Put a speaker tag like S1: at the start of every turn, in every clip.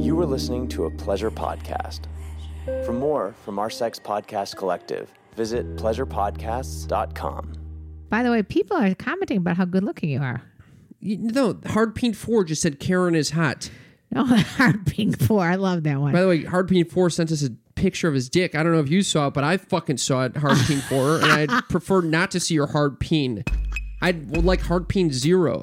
S1: You are listening to a pleasure podcast. For more from our sex podcast collective, visit pleasurepodcasts.com.
S2: By the way, people are commenting about how good looking you are.
S3: You, no, Hard Paint 4 just said Karen is hot.
S2: No, hard pink four. I love that one.
S3: By the way, Hard Paint 4 sent us a picture of his dick. I don't know if you saw it, but I fucking saw it, Hard Paint 4, and I'd prefer not to see your Hard Peen. I would like Hard Peen 0.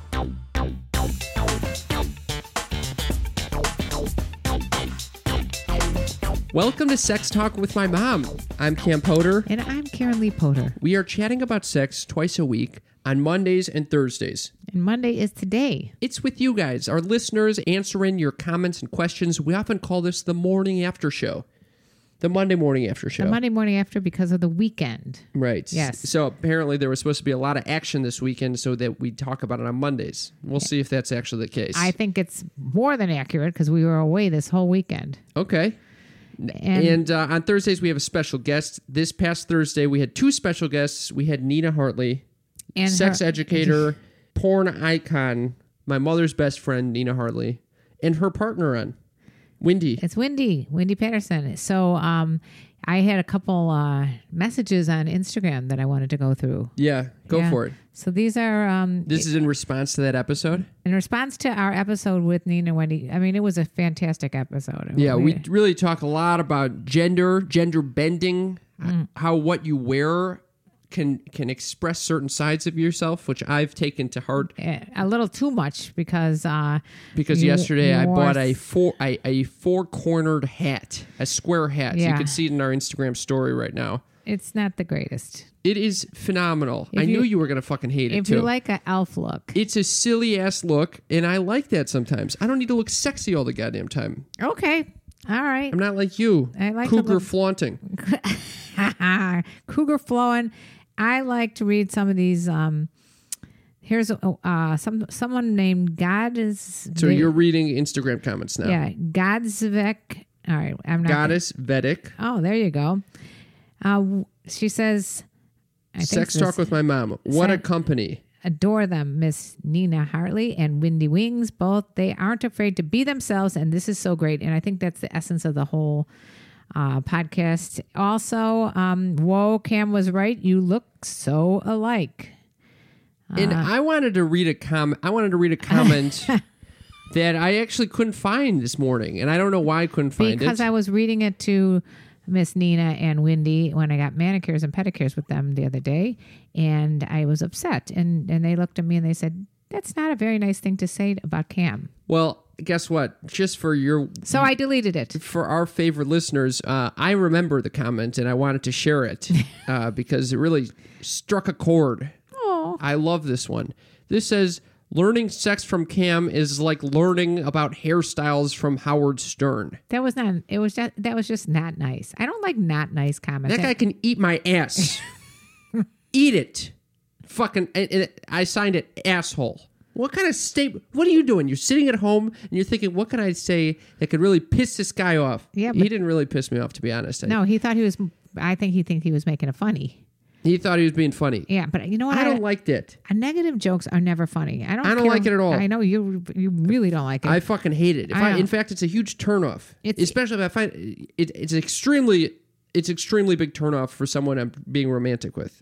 S3: Welcome to Sex Talk with My Mom. I'm Cam Potter.
S2: And I'm Karen Lee Potter.
S3: We are chatting about sex twice a week on Mondays and Thursdays.
S2: And Monday is today.
S3: It's with you guys, our listeners, answering your comments and questions. We often call this the morning after show, the Monday morning after show.
S2: The Monday morning after because of the weekend.
S3: Right.
S2: Yes.
S3: So apparently there was supposed to be a lot of action this weekend so that we talk about it on Mondays. We'll see if that's actually the case.
S2: I think it's more than accurate because we were away this whole weekend.
S3: okay.
S2: And,
S3: And uh, on Thursdays, we have a special guest. This past Thursday, we had two special guests. We had Nina Hartley,
S2: and
S3: sex
S2: her-
S3: educator, porn icon, my mother's best friend, Nina Hartley, and her partner on, Wendy.
S2: It's Wendy, Wendy Patterson. So um, I had a couple uh, messages on Instagram that I wanted to go through.
S3: yeah, go
S2: Yeah.
S3: for it.
S2: So these are um,
S3: This is in response to that episode.
S2: in response to our episode with Nina and Wendy. I mean, it was a fantastic episode.
S3: Yeah, we really talk a lot about gender, gender bending,
S2: Mm.
S3: h- how what you wear can can express certain sides of yourself, which I've taken to heart.
S2: Eh, a little too much because uh,
S3: because
S2: you-
S3: yesterday
S2: you
S3: I
S2: wore
S3: bought a
S2: s-
S3: four a, a four cornered hat, a square hat. You
S2: Yeah.
S3: can see it in our Instagram story right now.
S2: It's not the greatest.
S3: It is phenomenal. I
S2: you-
S3: knew you were gonna fucking hate it
S2: If
S3: too.
S2: you like a elf look,
S3: it's a silly ass look, and I like that sometimes. I don't need to look sexy all the goddamn time.
S2: okay, all right.
S3: I'm not like you,
S2: I like to
S3: cougar
S2: look-
S3: flaunting.
S2: Cougar flowing. I like to read some of these. Um, here's a- uh, some someone named God is
S3: So you're reading Instagram comments now.
S2: yeah Godzvek. All right, I'm not
S3: Goddess Vedic.
S2: Oh, there you go. Uh, w- she says, I think
S3: Sex
S2: this-
S3: talk with my mom. What a
S2: Sex-
S3: company.
S2: adore them, Miss Nina Hartley and Windy Wings. Both they aren't afraid to be themselves, and this is so great. And I think that's the essence of the whole uh, podcast. Also, um, whoa, Cam was right. You look so alike. Uh.
S3: And I wanted to read a com. I wanted to read a comment that I actually couldn't find this morning, and I don't know why I couldn't find
S2: because
S3: it.
S2: I was reading it to Miss Nina and Wendy when I got manicures and pedicures with them the other day, and I was upset. and And they looked at me and they said, "That's not a very nice thing to say about Cam."
S3: well, guess what? Just for your
S2: So I deleted it.
S3: for our favorite listeners, uh, I remember the comment, and I wanted to share it uh, because it really struck a chord.
S2: Oh,
S3: I love this one. This says. Learning sex from Cam is like learning about hairstyles from Howard Stern.
S2: that was not. It was just that was just not nice. I don't like not nice comments.
S3: That guy can eat my ass. eat it. Fucking. And, and I signed it asshole. What kind of state? What are you doing? You're sitting at home and you're thinking, what can I say that could really piss this guy off?
S2: Yeah,
S3: he
S2: but-
S3: didn't really piss me off, to be honest. I-
S2: no, he thought he was I think he think he was making a funny.
S3: He thought he was being funny.
S2: Yeah, but you know what?
S3: I don't like that.
S2: Uh, negative jokes are never funny. I don't.
S3: I don't
S2: care-
S3: like it at all.
S2: I know you. You really don't like it.
S3: I fucking hate it. If
S2: I
S3: I,
S2: know.
S3: in fact, it's a huge turnoff.
S2: It's-
S3: Especially if I find it, it's extremely, it's extremely big turnoff for someone I'm being romantic with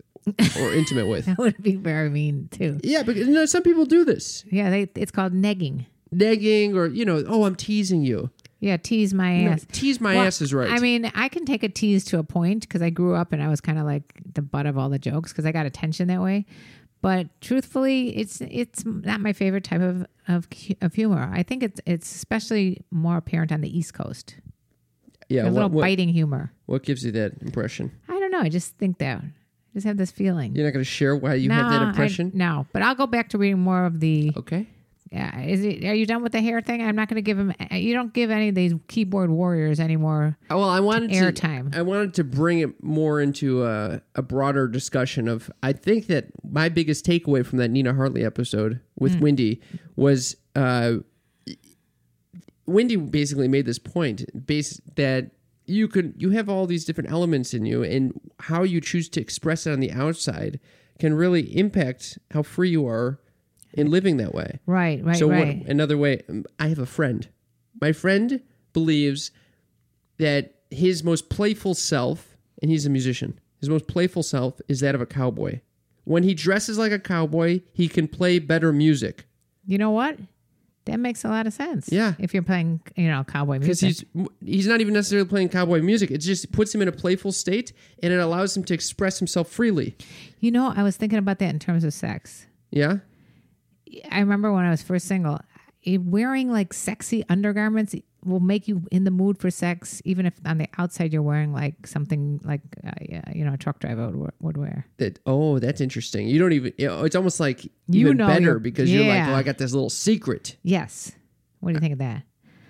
S3: or intimate with.
S2: that would be very mean too.
S3: Yeah, because you know some people do this
S2: Yeah, they, it's called negging.
S3: negging or you know, oh, I'm teasing you.
S2: Yeah, tease my ass.
S3: Tease my
S2: Well,
S3: ass is right.
S2: I mean, I can take a tease to a point because I grew up and I was kind of like the butt of all the jokes because I got attention that way. But truthfully, it's it's not my favorite type of of, cu- of humor. I think it's it's especially more apparent on the East Coast.
S3: yeah.
S2: A
S3: What,
S2: little
S3: what,
S2: biting humor.
S3: what gives you that impression?
S2: I don't know. I just think that. I just have this feeling.
S3: You're not going to share why you had that
S2: Nah, I-
S3: impression.
S2: no, but I'll go back to reading more of the.
S3: okay.
S2: Yeah, is it? Are you done with the hair thing? I'm not going to give him. uh, You don't give any of these keyboard warriors anymore.
S3: Oh, Well, I wanted to,
S2: Airtime.
S3: I wanted to bring it more into a, a broader discussion of. I think that my biggest takeaway from that Nina Hartley episode with Wendy was uh, Wendy basically made this point, base that you could you have all these different elements in you, and how you choose to express it on the outside can really impact how free you are in living that way.
S2: Right, right,
S3: So what-
S2: right.
S3: another way, um, I have a friend. My friend believes that his most playful self, and he's a musician, his most playful self is that of a cowboy. When he dresses like a cowboy, he can play better music
S2: You know what? That makes a lot of sense.
S3: Yeah.
S2: If you're playing, you know, cowboy
S3: because
S2: music.
S3: he's he's not even necessarily playing cowboy music. It just puts him in a playful state, and it allows him to express himself freely.
S2: you know, I was thinking about that in terms of sex.
S3: Yeah,
S2: I remember when I was first single, it, wearing like sexy undergarments will make you in the mood for sex, even if on the outside you're wearing like something like, uh, yeah, you know, a truck driver would, wear- would wear.
S3: that oh, that's interesting. You don't even. you know, It's almost like even
S2: know
S3: better
S2: you're-
S3: because you're like,
S2: yeah.
S3: oh, I got this little secret.
S2: Yes. What do you think of that?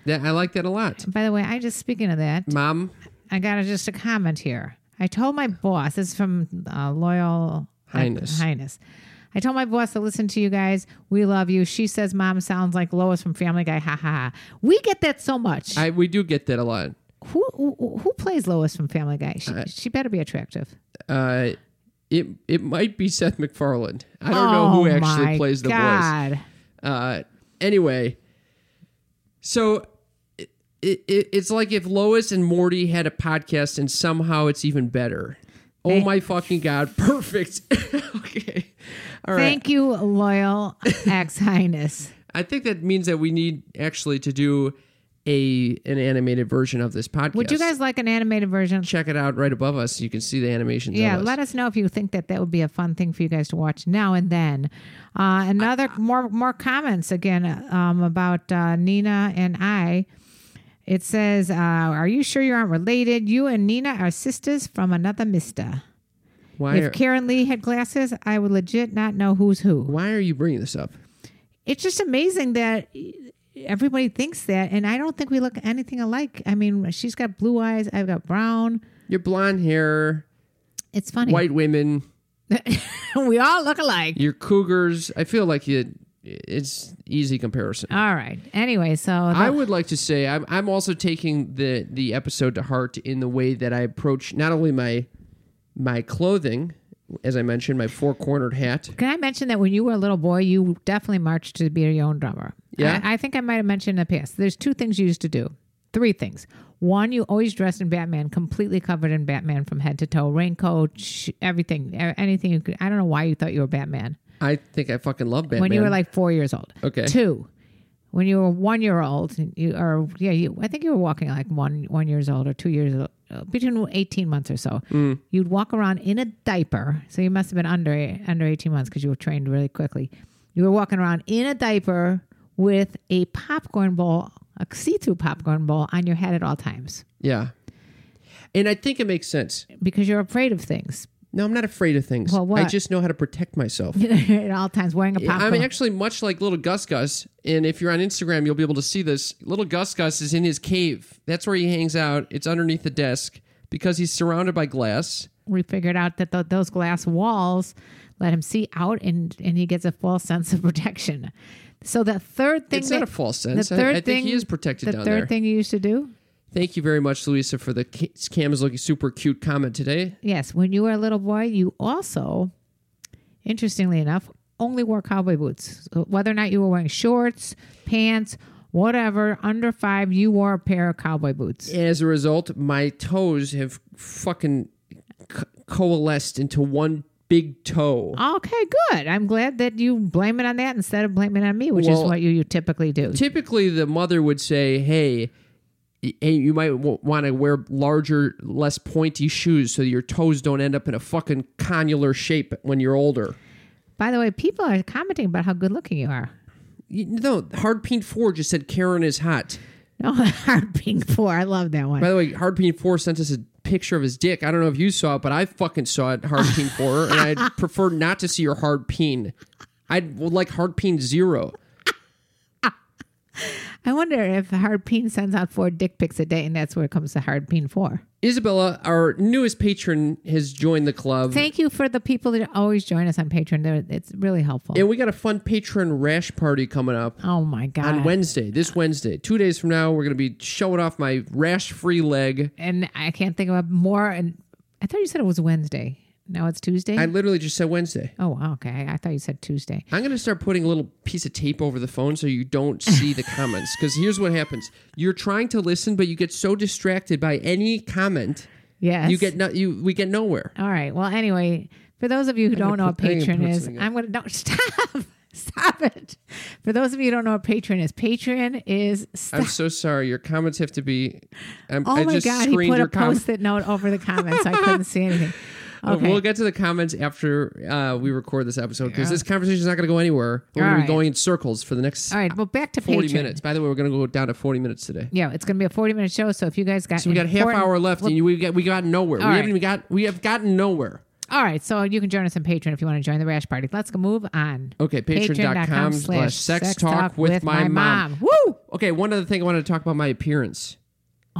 S3: That I like that a lot,
S2: By the way, I just speaking of that,
S3: Mom.
S2: I got a, just a comment here. I told my boss, this is from uh, Loyal
S3: Highness.
S2: Highness. I told my boss to listen to you guys. We love you. She says, Mom sounds like Lois from Family Guy. Ha ha ha. We get that so much.
S3: I we do get that a lot.
S2: who, who who plays Lois from Family Guy? She, she better be attractive.
S3: Uh, it it might be Seth MacFarlane. I don't know who
S2: Oh,
S3: actually
S2: my
S3: plays the voice.
S2: God.
S3: Uh, anyway, so it, it, it's like if Lois and Morty had a podcast, and somehow it's even better. Oh my fucking god! Perfect. okay, all right.
S2: Thank you, Loyal Ex Highness.
S3: I think that means that we need actually to do a an animated version of this podcast.
S2: Would you guys like an animated version?
S3: check it out right above us? You can see the animations.
S2: Yeah,
S3: of us.
S2: let us know if you think that that would be a fun thing for you guys to watch now and then. Uh, another more more comments again um, about uh, Nina and I. It says, uh, "Are you sure you aren't related? You and Nina are sisters from another mister."
S3: why are,
S2: If Karen Lee had glasses, I would legit not know who's who.
S3: why are you bringing this up?
S2: It's just amazing that everybody thinks that, and I don't think we look anything alike. I mean, she's got blue eyes, I've got brown.
S3: Your blonde hair,
S2: It's funny.
S3: white women,
S2: we all look alike.
S3: your cougars. I feel like you, it's easy comparison.
S2: All right. Anyway, so
S3: I would like to say I'm, I'm also taking the the episode to heart in the way that I approach not only my my clothing, as I mentioned, my four cornered hat.
S2: Can I mention that when you were a little boy, you definitely marched to be your own drummer?
S3: Yeah.
S2: I, I think I might have mentioned in the past. There's two things you used to do. Three things. One, you always dressed in Batman, completely covered in Batman from head to toe, raincoat, sh- everything, a- anything you could. I don't know why you thought you were Batman
S3: I think I fucking love Batman.
S2: when you were like four years old.
S3: Okay.
S2: Two, when you were one year old, you or yeah, you I think you were walking like one one years old or two years old, uh, between eighteen months or so. You'd walk around in a diaper, so you must have been under under eighteen months because you were trained really quickly. You were walking around in a diaper with a popcorn bowl, a see-through popcorn bowl, on your head at all times
S3: yeah, and I think it makes sense.
S2: because you're afraid of things
S3: No, I'm not afraid of things.
S2: Well, what?
S3: I just know how to protect myself.
S2: at all times. Wearing a popcorn,
S3: I'm actually much like little Gus Gus, and if you're on Instagram, you'll be able to see this. Little Gus Gus is in his cave. That's where he hangs out. It's underneath the desk because he's surrounded by glass.
S2: we figured out that th those glass walls let him see out and and he gets a false sense of protection so the third thing
S3: It's not
S2: that-
S3: a false sense. I- I think he is protected
S2: the
S3: down
S2: third
S3: there.
S2: thing you used to do
S3: Thank you very much, Louisa, for the ca- Cam is looking super cute comment today.
S2: Yes, when you were a little boy, you also, interestingly enough, only wore cowboy boots. So whether or not you were wearing shorts, pants, whatever, under five, you wore a pair of cowboy boots.
S3: And as a result, my toes have fucking co- coalesced into one big toe.
S2: Okay, good. I'm glad that you blame it on that instead of blaming it on me, which is
S3: Well,
S2: what you, you typically do.
S3: Typically, the mother would say, "Hey." y- Hey, you might w- want to wear larger, less pointy shoes so your toes don't end up in a fucking conular shape when you're older.
S2: By the way, people are commenting about how good looking you are.
S3: You, no, Hard Paint 4 just said Karen is hot.
S2: No, hard pink four. I love that one.
S3: By the way, Hard Paint 4 sent us a picture of his dick. I don't know if you saw it, but I fucking saw it, Hard Paint 4, and I'd prefer not to see your Hard Peen. I would like Hard Peen 0.
S2: I wonder if Hard Peen sends out four dick pics a day, and that's where it comes to Hard Peen four.
S3: Isabella, our newest patron, has joined the club.
S2: Thank you for the people that always join us on Patreon. They're- It's really helpful.
S3: and we got a fun patron rash party coming up
S2: oh my god!
S3: on Wednesday, this Wednesday. Two days from now, we're going to be showing off my rash free leg.
S2: and I can't think of more. And I thought you said it was Wednesday. Now it's Tuesday.
S3: I literally just said Wednesday.
S2: oh, wow, okay. I thought you said Tuesday.
S3: I'm going to start putting a little piece of tape over the phone so you don't see the comments. Because here's what happens you're trying to listen, but you get so distracted by any comment.
S2: Yes.
S3: You get no, you we get nowhere.
S2: All right. Well, anyway, for those of you who don't know what
S3: put- I'm gonna
S2: Patreon
S3: put
S2: is,
S3: something up.
S2: I'm going to don't stop. Stop it. For those of you who don't know what Patreon is, Patreon is
S3: I'm so sorry. Your comments have to be. I'm,
S2: Oh
S3: I
S2: my
S3: just
S2: God, he
S3: screened
S2: put
S3: your
S2: a
S3: comments.
S2: post it note over the comments. I couldn't see anything. Okay.
S3: We'll get to the comments after uh, we record this episode because this conversation is not going to go anywhere. We're going to
S2: All
S3: be
S2: right.
S3: going in circles for the next
S2: All right. Well, back to
S3: 40
S2: Patreon.
S3: minutes. By the way, we're going to go down to 40 minutes today.
S2: Yeah, it's going to be a 40 minute show. So if you guys got.
S3: So we got a half
S2: important-
S3: hour left, and we got we got nowhere. we
S2: All
S3: haven't
S2: right.
S3: even got we have gotten nowhere.
S2: All right. So you can join us on Patreon if you want to join the Rash Party. Let's go move on.
S3: Okay, patreon.com slash sex talk with my mom.
S2: Woo!
S3: Okay, one other thing I wanted to talk about my appearance.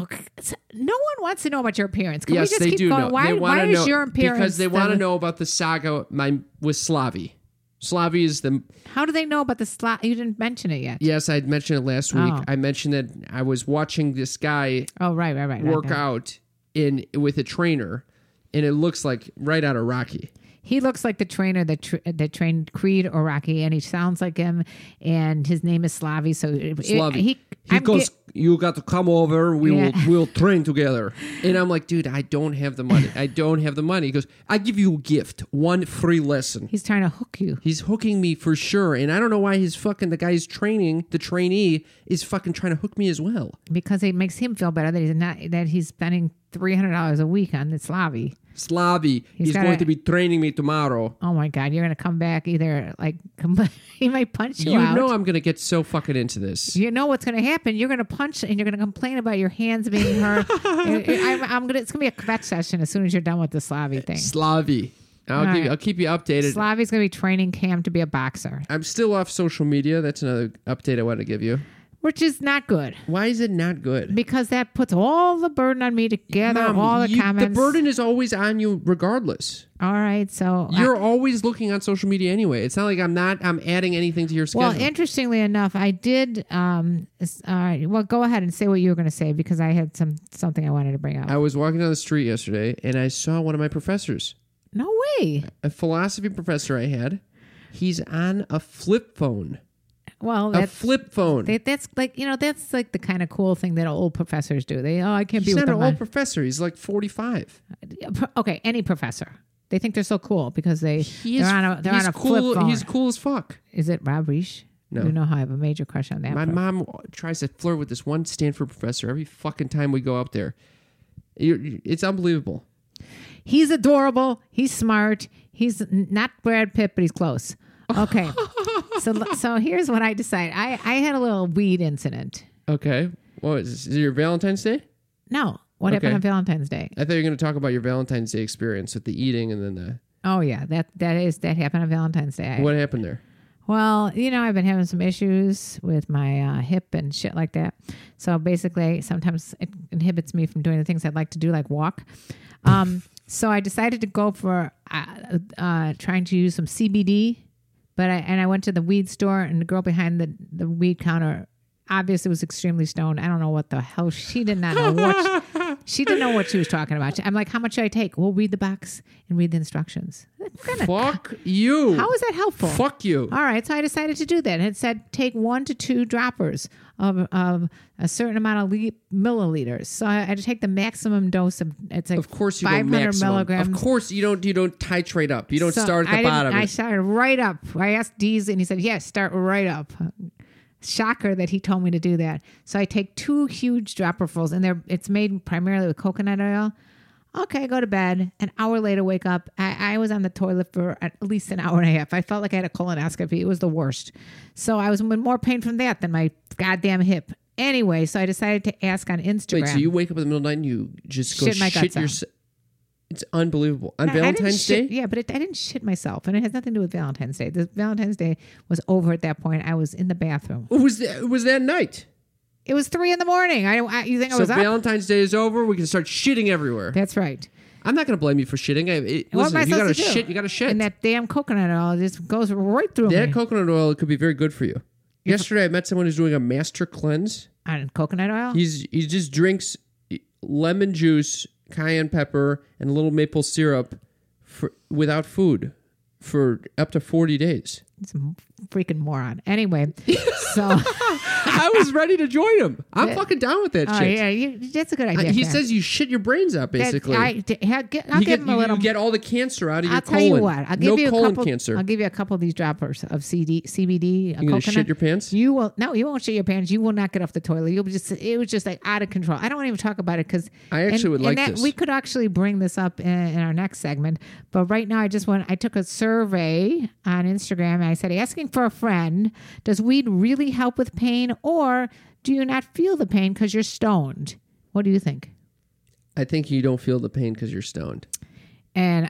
S2: Okay. So no one wants to know about your appearance. Can we
S3: yes,
S2: just
S3: they
S2: keep
S3: do
S2: going?
S3: know.
S2: Why,
S3: they
S2: why
S3: wanna
S2: is
S3: know-
S2: your appearance?
S3: because they want to
S2: the-
S3: know about the saga my with Slavi. Slavi is the
S2: How do they know about the slot? You didn't mention it yet.
S3: yes I mentioned it last week.
S2: Oh.
S3: I mentioned that I was watching this guy
S2: Oh, right, right, right.
S3: work
S2: okay.
S3: out in with a trainer, and it looks like right out of Rocky.
S2: He looks like the trainer that tr that trained Creed or Rocky, and he sounds like him. And his name is Slavi, so it- it-
S3: Slavi.
S2: he
S3: He,
S2: I'm
S3: goes,
S2: get-
S3: "You got to come over. We
S2: Yeah.
S3: will we'll train together." And I'm like, "Dude, I don't have the money. I don't have the money." He goes, "I give you a gift, one free lesson."
S2: he's trying to hook you.
S3: He's hooking me for sure, and I don't know why he's fucking the guy's training the trainee is fucking trying to hook me as well.
S2: because it makes him feel better that he's not that he's spending three hundred dollars a week on this lobby.
S3: Slavi, he's,
S2: gotta-
S3: going to be training me tomorrow.
S2: Oh my God, you're gonna come back either like com- he might punch you,
S3: You
S2: out.
S3: know I'm going to get so fucking into this.
S2: you know what's gonna happen. You're gonna punch and you're gonna complain about your hands being hurt. And- and I'm, I'm gonna it's gonna be a kvetch session as soon as you're done with the Slavi thing.
S3: Slavi, I'll, give,
S2: right.
S3: I'll keep you updated.
S2: Slavi's gonna be training Cam to be a boxer,
S3: I'm still off social media. That's another update I want to give you.
S2: which is not good
S3: Why is it not good?
S2: because that puts all the burden on me to gather
S3: Mom,
S2: all the
S3: you-
S2: comments.
S3: burden is always on you, regardless.
S2: All right, so uh, I-
S3: You're always looking on social media anyway. It's not like I'm not. I'm adding anything to your schedule.
S2: Well, interestingly enough, I did. Um, s- all right. Well, go ahead and say what you were going to say because I had some something I wanted to bring up.
S3: I was walking down the street yesterday and I saw one of my professors,
S2: no way.
S3: a philosophy professor I had. He's on a flip phone.
S2: Well,
S3: A
S2: that's
S3: flip phone.
S2: that, that's like you know that's like the kind of cool thing that old professors do. They oh I can't
S3: He's
S2: be with
S3: not
S2: them.
S3: an old
S2: on-
S3: professor. He's like 45.
S2: okay, any professor. They think they're so cool because they
S3: He is,
S2: they're on a they're
S3: he's
S2: on a
S3: cool.
S2: flip phone.
S3: He's cool as fuck.
S2: Is it Rob Reich?
S3: No.
S2: You know how I have a major crush on that.
S3: My
S2: pro-
S3: mom tries to flirt with this one Stanford professor every fucking time we go up there. You're- It's unbelievable.
S2: He's adorable. He's smart. He's n- not Brad Pitt, but he's close. Okay. so so here's what I decided. I I had a little weed incident.
S3: Okay. What is this? Is it your Valentine's Day?
S2: No, what happened
S3: Okay.
S2: on Valentine's Day?
S3: I thought you were going to talk about your Valentine's Day experience with the eating and then the.
S2: Oh yeah, that that is that happened on Valentine's Day. I-
S3: What happened there?
S2: Well, you know, I've been having some issues with my uh, hip and shit like that. So basically, sometimes it inhibits me from doing the things I'd like to do, like walk. Um, so I decided to go for uh, uh, trying to use some CBD, but I, and I went to the weed store, and the girl behind the the weed counter obviously was extremely stoned. I don't know what the hell she did not know what she, she didn't know what she was talking about. I'm like, how much should I take? We'll read the box and read the instructions. What kind of-
S3: Fuck you.
S2: How is that helpful?
S3: Fuck you.
S2: All right, so I decided to do that. It said take one to two droppers of, of a certain amount of le- milliliters. So I, I had to take the maximum dose of it's like
S3: Of course you don't
S2: 500
S3: maximum.
S2: milligrams.
S3: Of course you don't. You don't titrate up. You don't
S2: So
S3: start at the
S2: I didn't-
S3: bottom.
S2: I started right up. I asked Deez, and he said, "Yes, start right up." Shocker that he told me to do that. So I take two huge dropperfuls, and they're it's made primarily with coconut oil. Okay, go to bed. An hour later, wake up. I, I was on the toilet for at least an hour and a half. I felt like I had a colonoscopy. It was the worst. So I was in more pain from that than my goddamn hip. Anyway, so I decided to ask on Instagram.
S3: Wait, so you wake up in the middle of the night and you just go
S2: Shit
S3: shit,
S2: my guts out.
S3: yourself? It's unbelievable. On
S2: I- I didn't
S3: Valentine's Day,
S2: shit- yeah, but it, I didn't shit myself, and it has nothing to do with Valentine's Day. The Valentine's Day was over at that point. I was in the bathroom.
S3: it was that, it was that night.
S2: It was three in the morning. I, I you think I
S3: So
S2: was up?
S3: Valentine's Day is over. We can start shitting everywhere.
S2: That's right.
S3: I'm not going to blame you for shitting. I, it,
S2: What
S3: listen,
S2: am I
S3: if you got to
S2: supposed to do?
S3: shit. You got to shit.
S2: And that damn coconut oil just goes right through
S3: that
S2: me.
S3: coconut oil could be very good for you. Yesterday, I met someone who's doing a master cleanse.
S2: and coconut oil.
S3: He's he just drinks e, lemon juice, cayenne pepper, and a little maple syrup for without food for up to 40 days.
S2: It's a freaking moron. Anyway, so uh,
S3: I was ready to join him. I'm fucking down with that
S2: oh,
S3: shit.
S2: yeah, you, that's a good idea.
S3: I- he
S2: Fran.
S3: says you shit your brains out,
S2: That-
S3: basically.
S2: I, d- ha- get, I'll
S3: you
S2: give
S3: get,
S2: him a
S3: you-
S2: little.
S3: you get all the cancer out of your
S2: I'll
S3: colon.
S2: tell you what. I'll give
S3: no
S2: you a
S3: colon
S2: couple.
S3: cancer.
S2: I'll give you a couple of these droppers of CD, CBD. a
S3: you gonna
S2: coconut.
S3: shit your pants?
S2: You will. No, you won't shit your pants. You will not get off the toilet. You'll be just. It was just like out of control. I don't want to even talk about it because
S3: I actually would like this.
S2: We could actually bring this up in, in our next segment, but right now I just want. I took a survey on Instagram. And I said, asking for a friend, does weed really help with pain, or do you not feel the pain because you're stoned? What do you think?
S3: I think you don't feel the pain because you're stoned.
S2: and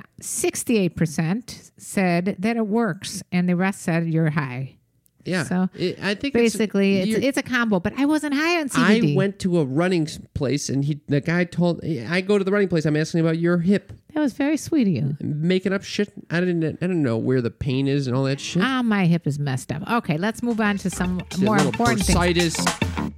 S2: 68% said that it works and the rest said you're high
S3: Yeah.
S2: So,
S3: It- I think it's-
S2: basically it's,
S3: you-
S2: it's, a combo but i wasn't high on cbd
S3: I went to a running s- place and he the guy told I go to the running place. I'm asking about your hip,
S2: that was very sweet of you
S3: making up shit. I didn't I don't know where the pain is and all that shit.
S2: ah my hip is messed up okay let's move on to some
S3: That
S2: more
S3: little
S2: important things
S3: bursitis.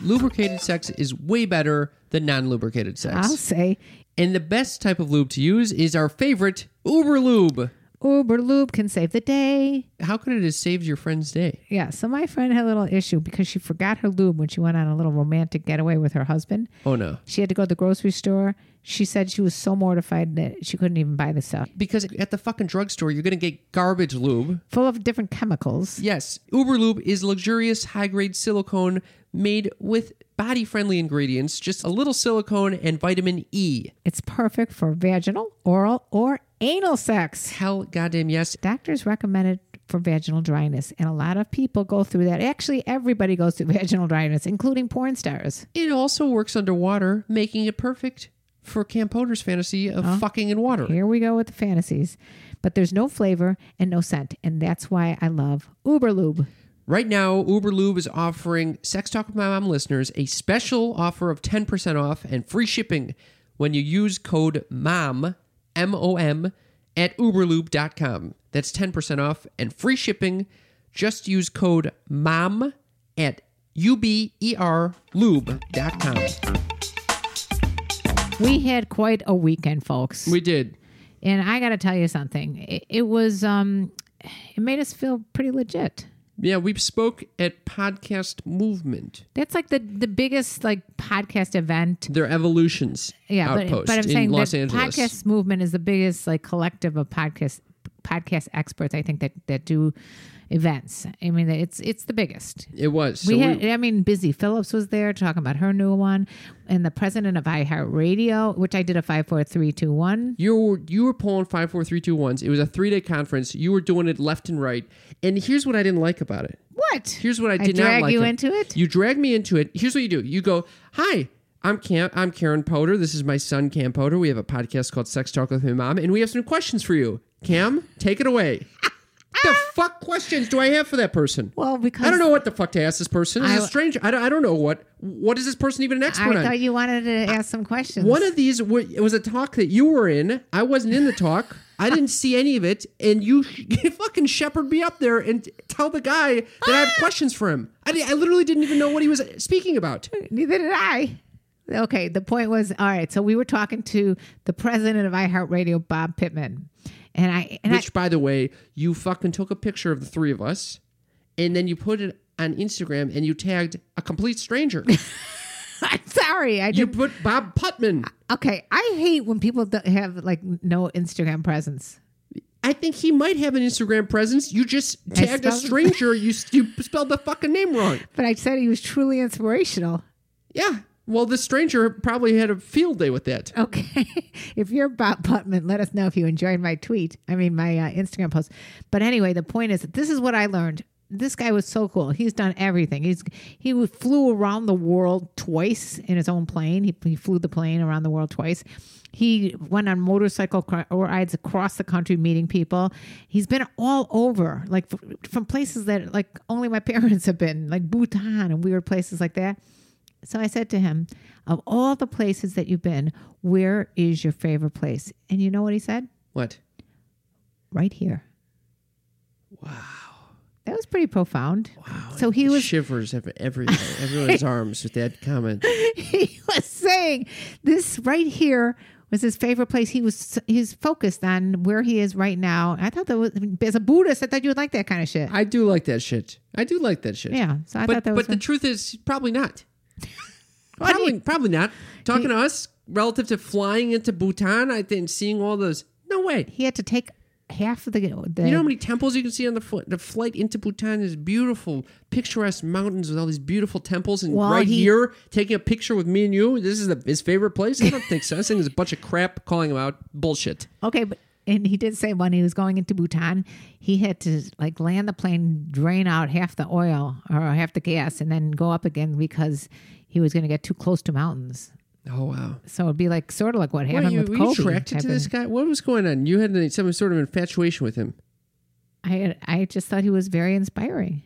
S3: Lubricated sex is way better than non-lubricated sex.
S2: i'll say
S3: And the best type of lube to use is our favorite Uber Lube.
S2: uber lube can save the day
S3: How could it have saved your friend's day?
S2: yeah so my friend had a little issue because she forgot her lube when she went on a little romantic getaway with her husband
S3: Oh no.
S2: she had to go to the grocery store she said she was so mortified that she couldn't even buy the stuff
S3: Because at the fucking drugstore, you're going to get garbage lube.
S2: full of different chemicals
S3: Yes, Uber Lube is luxurious high grade silicone made with body friendly ingredients, just a little silicone and vitamin E.
S2: It's perfect for vaginal, oral, or anal sex.
S3: Hell goddamn yes.
S2: Doctors recommend it for vaginal dryness, and a lot of people go through that. Actually, everybody goes through vaginal dryness, including porn stars.
S3: It also works underwater, making it perfect for Campoder's fantasy of fucking in water.
S2: Here we go with the fantasies. But there's no flavor and no scent, and that's why I love Uber Lube.
S3: Right now, Uber Lube is offering Sex Talk with My Mom listeners a special offer of 10% off and free shipping when you use code MOM, M O M, at uberlube.com. That's 10% off and free shipping. Just use code MOM at E uberlube.com.
S2: We had quite a weekend, folks.
S3: We did.
S2: and I got to tell you something. It, it was, um, it made us feel pretty legit.
S3: Yeah, we spoke at Podcast Movement,
S2: That's like the, the biggest like podcast event
S3: their evolutions
S2: yeah, but,
S3: outpost
S2: but I'm
S3: in
S2: saying
S3: Los
S2: the
S3: Angeles.
S2: podcast movement is the biggest like collective of podcast podcast experts. I think that that do events. I mean, it's it's the biggest.
S3: it was. So
S2: we had, I mean, Busy Phillips was there talking about her new one, and the president of iHeartRadio, which I did a five, four, three, two, one.
S3: You were you were pulling five, four, three, two, ones. It was a three day conference. You were doing it left and right. And here's what I didn't like about it.
S2: What?
S3: Here's what I
S2: I
S3: did
S2: drag
S3: not like.
S2: you
S3: ab-
S2: into it?
S3: You drag me into it. Here's what you do. You go, hi. I'm Cam. I'm Karen Potter. This is my son Cam Potter. We have a podcast called Sex Talk with My Mom, and we have some questions for you. Cam, take it away. What the fuck questions do I have for that person?
S2: Well, because
S3: I don't know what the fuck to ask this person. This is
S2: I-
S3: a stranger. I don't, I don't know what. What is this person even an expert
S2: I
S3: on?
S2: thought you wanted to ask some questions.
S3: One of these wa- it was a talk that you were in. I wasn't in the talk. I didn't see any of it, and you sh- fucking shepherd me up there and tell the guy that I
S2: Ah!
S3: have questions for him. I, di- I literally didn't even know what he was speaking about.
S2: Neither did I. Okay, the point was all right. So we were talking to the president of iHeartRadio, Bob Pittman, and I and
S3: Which, by the way, you fucking took a picture of the three of us, and then you put it on Instagram and you tagged a complete stranger.
S2: I, I'm sorry, I
S3: you
S2: did.
S3: put Bob Putman.
S2: Okay, I hate when people don't have like no Instagram presence.
S3: I think he might have an Instagram presence. You just tagged a
S2: spelled-
S3: stranger. You, s- you spelled the fucking name wrong.
S2: But I said he was truly inspirational.
S3: Yeah. Well, the stranger probably had a field day with that.
S2: Okay. If you're Bob Putman, let us know if you enjoyed my tweet. I mean, my uh, Instagram post. But anyway, the point is, that this is what I learned. This guy was so cool. He's done everything. He's he flew around the world twice in his own plane. He, he flew the plane around the world twice. He went on motorcycle cr- rides across the country meeting people. He's been all over, like f- from places that like only my parents have been, like Bhutan and weird places like that. So I said to him, Of all the places that you've been, where is your favorite place? And you know what he said?
S3: What?
S2: Right here. Wow. That was pretty profound. Wow. So he was
S3: shivers of everything, everyone's arms with that comment.
S2: he was saying this right here was his favorite place. He was he's focused on where he is right now. I thought that was as a Buddhist, I thought you would like that kind of shit.
S3: I do like that shit. I do like that shit.
S2: Yeah, so I
S3: but
S2: thought that
S3: but
S2: was
S3: the
S2: fun.
S3: truth is probably not. probably probably not. Talking to us relative to flying into Bhutan, I think seeing all those. No way.
S2: he had to take half of the, the
S3: You know how many temples you can see on the fl- the flight into Bhutan is beautiful, picturesque mountains with all these beautiful temples, and
S2: Well,
S3: right
S2: he-
S3: here taking a picture with me and you. This is the, his favorite place. I don't think so. I think it's a bunch of crap calling him out bullshit.
S2: Okay, but and he did say when he was going into Bhutan, he had to like land the plane, drain out half the oil or half the gas, and then go up again because he was going to get too close to mountains.
S3: Oh wow!
S2: So it'd be like sort of like what
S3: Were
S2: happened
S3: you,
S2: with
S3: were you
S2: Kobe.
S3: attracted
S2: type
S3: to
S2: of-
S3: this guy? What was going on? You had any- some sort of infatuation with him.
S2: I I just thought he was very inspiring.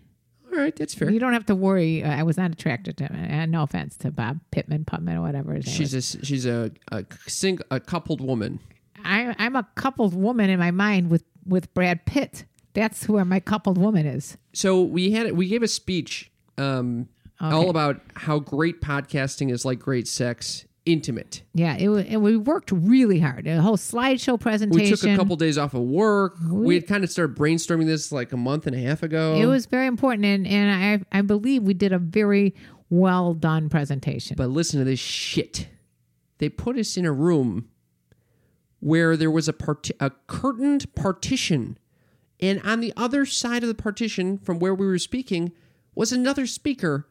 S3: All right, that's fair.
S2: You don't have to worry. I was not attracted to him. And no offense to Bob Pittman, Putman, or whatever. His name
S3: She's a she's a a, sing, a coupled woman.
S2: I, I'm a coupled woman in my mind with with Brad Pitt. That's where my coupled woman is.
S3: So we had we gave a speech um, all about how great podcasting is like great sex, intimate.
S2: Yeah, it was, and we worked really hard. A whole slideshow presentation.
S3: We took a couple days off of work. We had kind of started brainstorming this like a month and a half ago.
S2: It was very important, and and I I believe we did a very well done presentation.
S3: but listen to this shit. They put us in a room where there was a part- a curtained partition, and on the other side of the partition from where we were speaking was another speaker,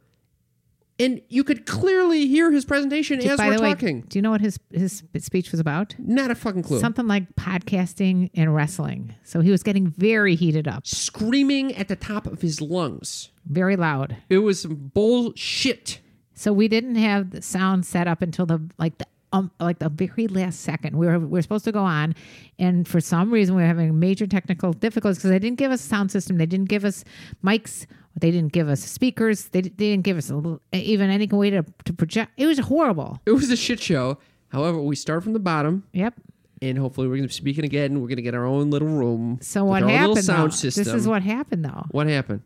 S3: and you could clearly hear his presentation as
S2: By
S3: we're
S2: the way,
S3: talking.
S2: do you know what his his speech was about?
S3: Not a fucking clue.
S2: Something like podcasting and wrestling. So he was getting very heated up,
S3: Screaming at the top of his lungs.
S2: very loud.
S3: It was some bullshit.
S2: So we didn't have the sound set up until the like the um, like the very last second. We were we were supposed to go on, and for some reason we were having major technical difficulties because they didn't give us a sound system. They didn't give us mics. They didn't give us speakers. They, they didn't give us a little, even any way to, to project. It was horrible.
S3: It was a shit show. However, we start from the bottom,
S2: Yep.
S3: and hopefully, we're going to speak it again. We're going to get our own little room.
S2: So
S3: with
S2: what
S3: our own
S2: happened?
S3: Little sound
S2: though-
S3: system.
S2: This is what happened though.
S3: What happened?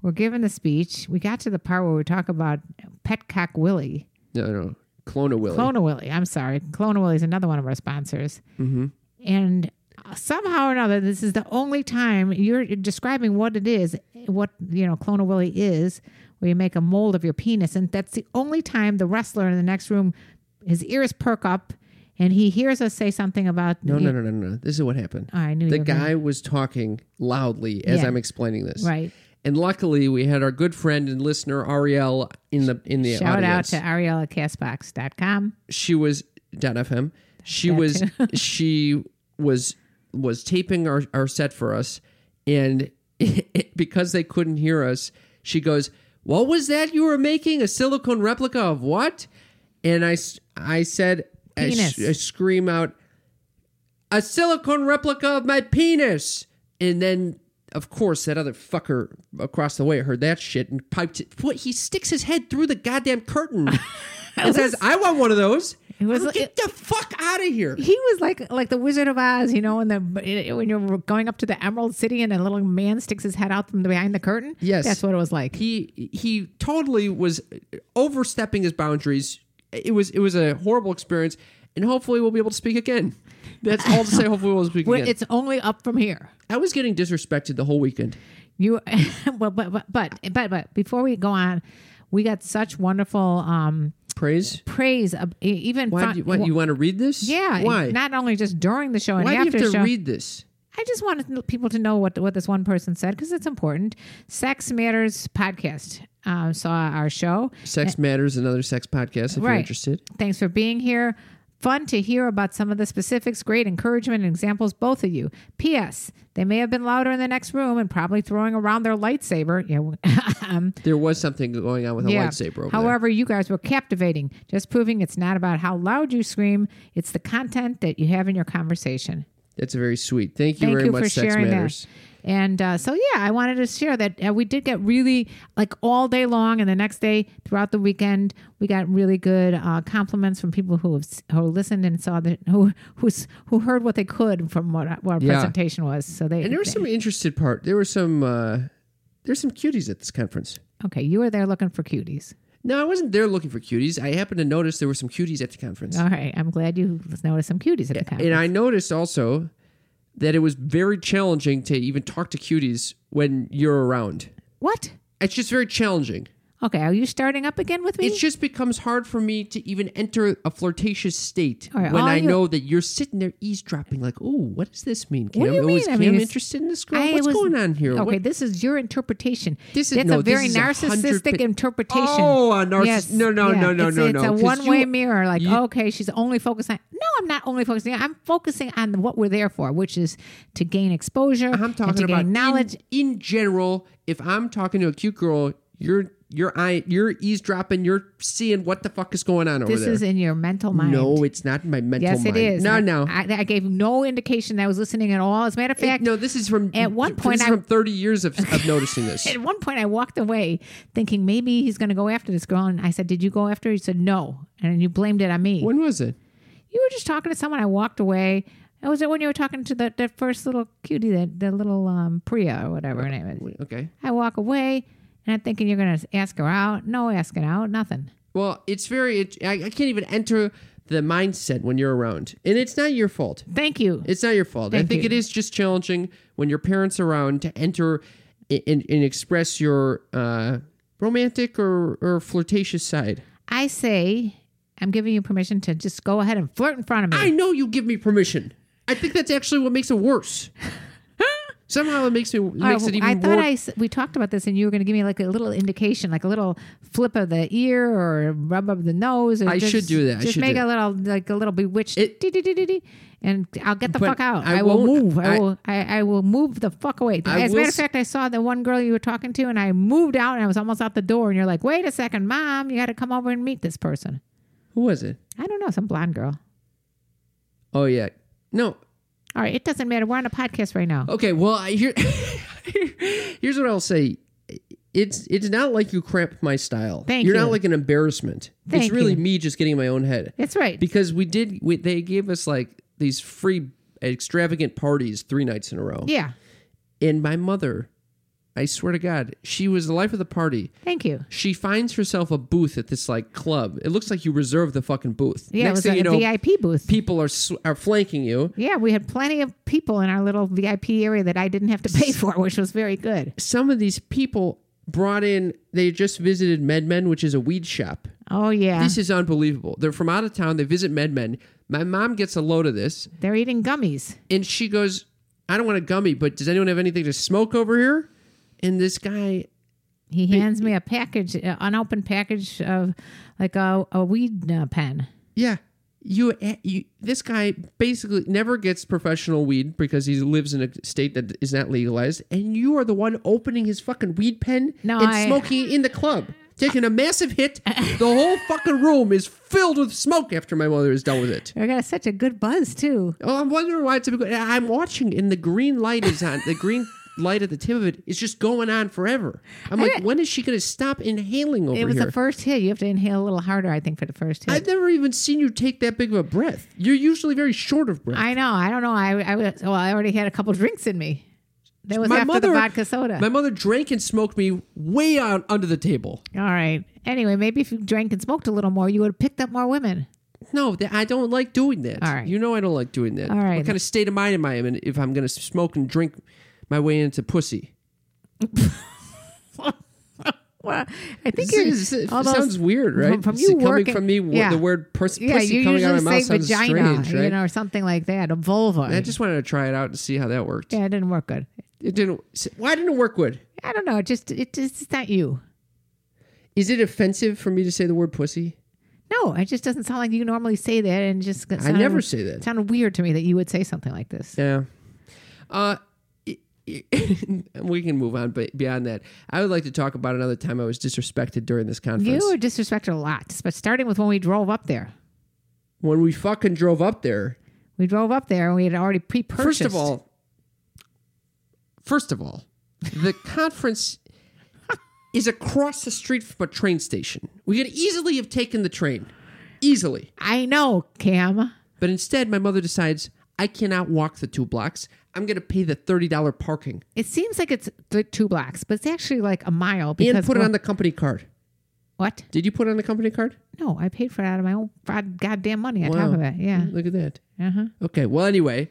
S2: We're given the speech. We got to the part where we talk about Petcock Willie.
S3: No, no, Kelowna Willie.
S2: Clona Willie. I'm sorry. Clona Willie is another one of our sponsors.
S3: Mm-hmm.
S2: And somehow or another, this is the only time you're describing what it is, what, you know, Clona Willie is, where you make a mold of your penis. And that's the only time the wrestler in the next room, his ears perk up and he hears us say something about.
S3: No, no, no, no, no. This is what happened.
S2: I knew
S3: the
S2: you were gonna-
S3: guy was talking loudly as
S2: Yeah.
S3: I'm explaining this.
S2: Right.
S3: And luckily, we had our good friend and listener Ariel in the in the
S2: Shout
S3: audience.
S2: out to ariellacastbox.com.
S3: she was dot fm she was she was was taping our, our set for us and because they couldn't hear us she goes what was that you were making a silicone replica of what and i s- i said I, sh-
S2: Penis.
S3: I scream out a silicone replica of my penis and then of course that other fucker across the way heard that shit and piped it what he sticks his head through the goddamn curtain and says, "I want one of those."
S2: It was-
S3: I'll get the fuck out of here.
S2: He was like like the Wizard of Oz, you know, in the when you're going up to the Emerald City and a little man sticks his head out from behind the curtain.
S3: Yes.
S2: that's what it was like.
S3: He he totally was overstepping his boundaries. It was it was a horrible experience, and hopefully we'll be able to speak again. That's all to say. Hopefully we'll speak
S2: Well,
S3: again.
S2: it's only up from here.
S3: I was getting disrespected the whole weekend.
S2: You, well, but, but but but but before we go on, we got such wonderful um
S3: Praise.
S2: praise. Of, e- even
S3: Why
S2: fun-
S3: do you, what, you want to read this?
S2: yeah,
S3: Why?
S2: Not only just during the show and
S3: Why do you
S2: after
S3: have to
S2: the show.
S3: read this?
S2: I just wanted people to know what what this one person said because it's important. Sex Matters podcast um, saw our show.
S3: Sex Matters, another sex podcast. If you're
S2: Right.
S3: interested,
S2: Thanks for being here. Fun to hear about some of the specifics. Great encouragement and examples, both of you. P.S. They may have been louder in the next room and probably throwing around their lightsaber. Yeah. um,
S3: there was something going on with a
S2: yeah.
S3: lightsaber. Over there.
S2: However, you guys were captivating, just proving it's not about how loud you scream, it's the content that you have in your conversation.
S3: That's very sweet. Thank you
S2: Thank
S3: very
S2: you
S3: much,
S2: for
S3: Sex
S2: sharing
S3: Matters.
S2: that. And uh, so, yeah, I wanted to share that uh, we did get really like all day long, and the next day throughout the weekend, we got really good uh, compliments from people who have, s- who listened and saw that who who's, who heard what they could from what, what our
S3: Yeah.
S2: presentation was. So they
S3: And there was some interested part. There were some uh there's some cuties at this conference.
S2: okay. You were there looking for cuties.
S3: No, I wasn't there looking for cuties. I happened to notice there were some cuties at the conference.
S2: All right, I'm glad you noticed some cuties at the time.
S3: And I noticed also that it was very challenging to even talk to cuties when you're around.
S2: what?
S3: It's just very challenging.
S2: Okay, are you starting up again with me?
S3: It just becomes hard for me to even enter a flirtatious state
S2: All right,
S3: when
S2: all
S3: I
S2: you-
S3: know that you're sitting there eavesdropping, like, "Oh, what does this mean, Cam?
S2: What do you
S3: oh, is
S2: mean? I
S3: Cam
S2: mean, it's-
S3: interested in this girl?
S2: I
S3: What's
S2: was-
S3: going on here?
S2: Okay,
S3: What-
S2: this is your interpretation.
S3: This is-
S2: That's
S3: no,
S2: a
S3: this
S2: very
S3: is a hundred
S2: narcissistic
S3: pi-
S2: interpretation.
S3: Oh, a narciss-
S2: Yes,
S3: no, no, no, no,
S2: it's,
S3: no,
S2: It's
S3: no,
S2: a
S3: 'cause
S2: one-way
S3: you-
S2: mirror. Like,
S3: you-
S2: okay, she's only focused on. No, I'm not only focusing. I'm focusing on what we're there for, which is to gain exposure.
S3: I'm talking
S2: and to
S3: about
S2: gain
S3: in-
S2: knowledge.
S3: in, general. If I'm talking to a cute girl, you're you're eye you're eavesdropping. You're seeing what the fuck is going on over
S2: this
S3: there.
S2: is in your mental mind.
S3: no, it's not in my mental
S2: Yes,
S3: mind.
S2: it is.
S3: No,
S2: I-
S3: no,
S2: I, I gave no indication that I was listening at all. As a matter of fact,
S3: no. This is from
S2: At one
S3: this
S2: point
S3: is
S2: I-
S3: from 30 years of, of noticing this.
S2: At one point, I walked away thinking maybe he's going to go after this girl. And I said, Did you go after her? He said, No. And you blamed it on me.
S3: When was it?
S2: you were just talking to someone. I walked away. Oh, was it when you were talking to that, that first little cutie, that, that little um, Priya or whatever her name is?
S3: Okay.
S2: I walk away and I'm thinking you're going to ask her out. No asking out, nothing.
S3: Well, it's very. It, I, I can't even enter the mindset when you're around, and it's not your fault.
S2: Thank you.
S3: It's not your fault. I
S2: Thank
S3: think
S2: you.
S3: it is just challenging when your parents are around to enter i- and, and express your uh, romantic or, or flirtatious side.
S2: I say, I'm giving you permission to just go ahead and flirt in front of me.
S3: I know you give me permission. I think that's actually what makes it worse. Somehow it makes me
S2: All right,
S3: makes it
S2: well,
S3: even
S2: I thought
S3: more.
S2: I s- we talked about this and you were going to give me like a little indication, like a little flip of the ear or rub of the nose. Or
S3: I
S2: just-
S3: should do that. I
S2: Just
S3: should
S2: make
S3: do
S2: a little like a little bewitched,
S3: It-
S2: dee, dee, dee, dee, dee, and I'll get the
S3: But
S2: fuck out.
S3: I
S2: I, will
S3: won't-
S2: move. I,
S3: I-
S2: will. I, I will move the fuck away.
S3: I
S2: As a
S3: will
S2: matter of
S3: s-
S2: fact, I saw the one girl you were talking to, and I moved out, and I was almost out the door. And you're like, "Wait a second, mom, you got to come over and meet this person."
S3: Who was it?
S2: I don't know, some blonde girl.
S3: Oh yeah. No.
S2: All right, it doesn't matter. We're on a podcast right now.
S3: Okay. Well, I here, here's what I'll say. It's it's not like you cramp my style.
S2: Thank
S3: You're not
S2: you.
S3: like an embarrassment.
S2: Thank
S3: it's really
S2: you.
S3: me just getting in my own head.
S2: That's right.
S3: because we did we, they gave us like these free extravagant parties three nights in a row
S2: yeah.
S3: and my mother i swear to god she was the life of the party
S2: Thank you.
S3: she finds herself a booth at this like club it looks like you reserve the fucking booth
S2: Yeah,
S3: next
S2: it
S3: thing
S2: was
S3: you
S2: a,
S3: know
S2: VIP booth.
S3: people are sw- are flanking you
S2: Yeah, we had plenty of people in our little VIP area that I didn't have to pay for, which was very good.
S3: some of these people brought in they just visited medmen which is a weed shop
S2: Oh yeah,
S3: this is unbelievable they're from out of town they visit medmen my mom gets a load of this
S2: they're eating gummies.
S3: and she goes, I don't want a gummy, but does anyone have anything to smoke over here? And this guy,
S2: He hands me a package, uh, unopened package of like a, a weed uh, pen.
S3: yeah, you, eh, you, this guy basically never gets professional weed because he lives in a state that is not legalized, and you are the one opening his fucking weed pen
S2: No,
S3: and
S2: I-
S3: smoking it in the club. Taking a massive hit, the whole fucking room is filled with smoke after my mother is done with it.
S2: I got such a good buzz too.
S3: Oh, I'm wondering why it's. a big- I'm watching, and the green light is on. The green light at the tip of it is just going on forever. I'm like, when is she going to stop inhaling over
S2: It was
S3: here?
S2: the first hit. You have to inhale a little harder, I think, for the first hit.
S3: I've never even seen you take that big of a breath. You're usually very short of breath.
S2: I know. I don't know. I, I was, well, I already had a couple drinks in me. That was after the vodka soda.
S3: My mother drank and smoked me way out under the table.
S2: All right. Anyway, maybe if you drank and smoked a little more, you would have picked up more women.
S3: No, th- I don't like doing that.
S2: All right.
S3: You know I don't like doing that.
S2: All right.
S3: What kind of state of mind am I in if I'm going to smoke and drink my way into pussy?
S2: Well, I think
S3: This
S2: you're,
S3: is- it
S2: all those-
S3: sounds weird, right?
S2: From, from
S3: It's
S2: you
S3: coming
S2: working,
S3: from me, wo-
S2: yeah.
S3: the word pus-
S2: yeah,
S3: pussy
S2: you
S3: coming out of my
S2: usually
S3: mouth
S2: say
S3: sounds
S2: vagina,
S3: strange, right?
S2: you know, or something like that, a vulva.
S3: I just wanted to try it out and see how that worked.
S2: yeah, it didn't work good.
S3: It didn't. s- Why didn't it work good?
S2: I don't know. It just it, it's just not you.
S3: Is it offensive for me to say the word pussy?
S2: No, it just doesn't sound like you normally say that, and it just
S3: I never say that.
S2: It sounded weird to me that you would say something like this.
S3: Yeah. Uh, i- i- we can move on, but beyond that, I would like to talk about another time I was disrespected during this conference.
S2: You were disrespected a lot, but starting with when we drove up there.
S3: When we fucking drove up there,
S2: We drove up there and we had already pre-purchased.
S3: first of all, first of all, the conference is across the street from a train station. We could easily have taken the train, easily.
S2: I know, Cam.
S3: But instead, my mother decides I cannot walk the two blocks. I'm going to pay the $30 parking
S2: It seems like it's th- two blocks, but it's actually like a mile. Because
S3: and put it
S2: we're-
S3: on the company card.
S2: what?
S3: Did you put it on the company card?
S2: No, I paid for it out of my own god- goddamn money on top of it. Yeah.
S3: Look at that.
S2: Uh-huh.
S3: Okay. Well, anyway,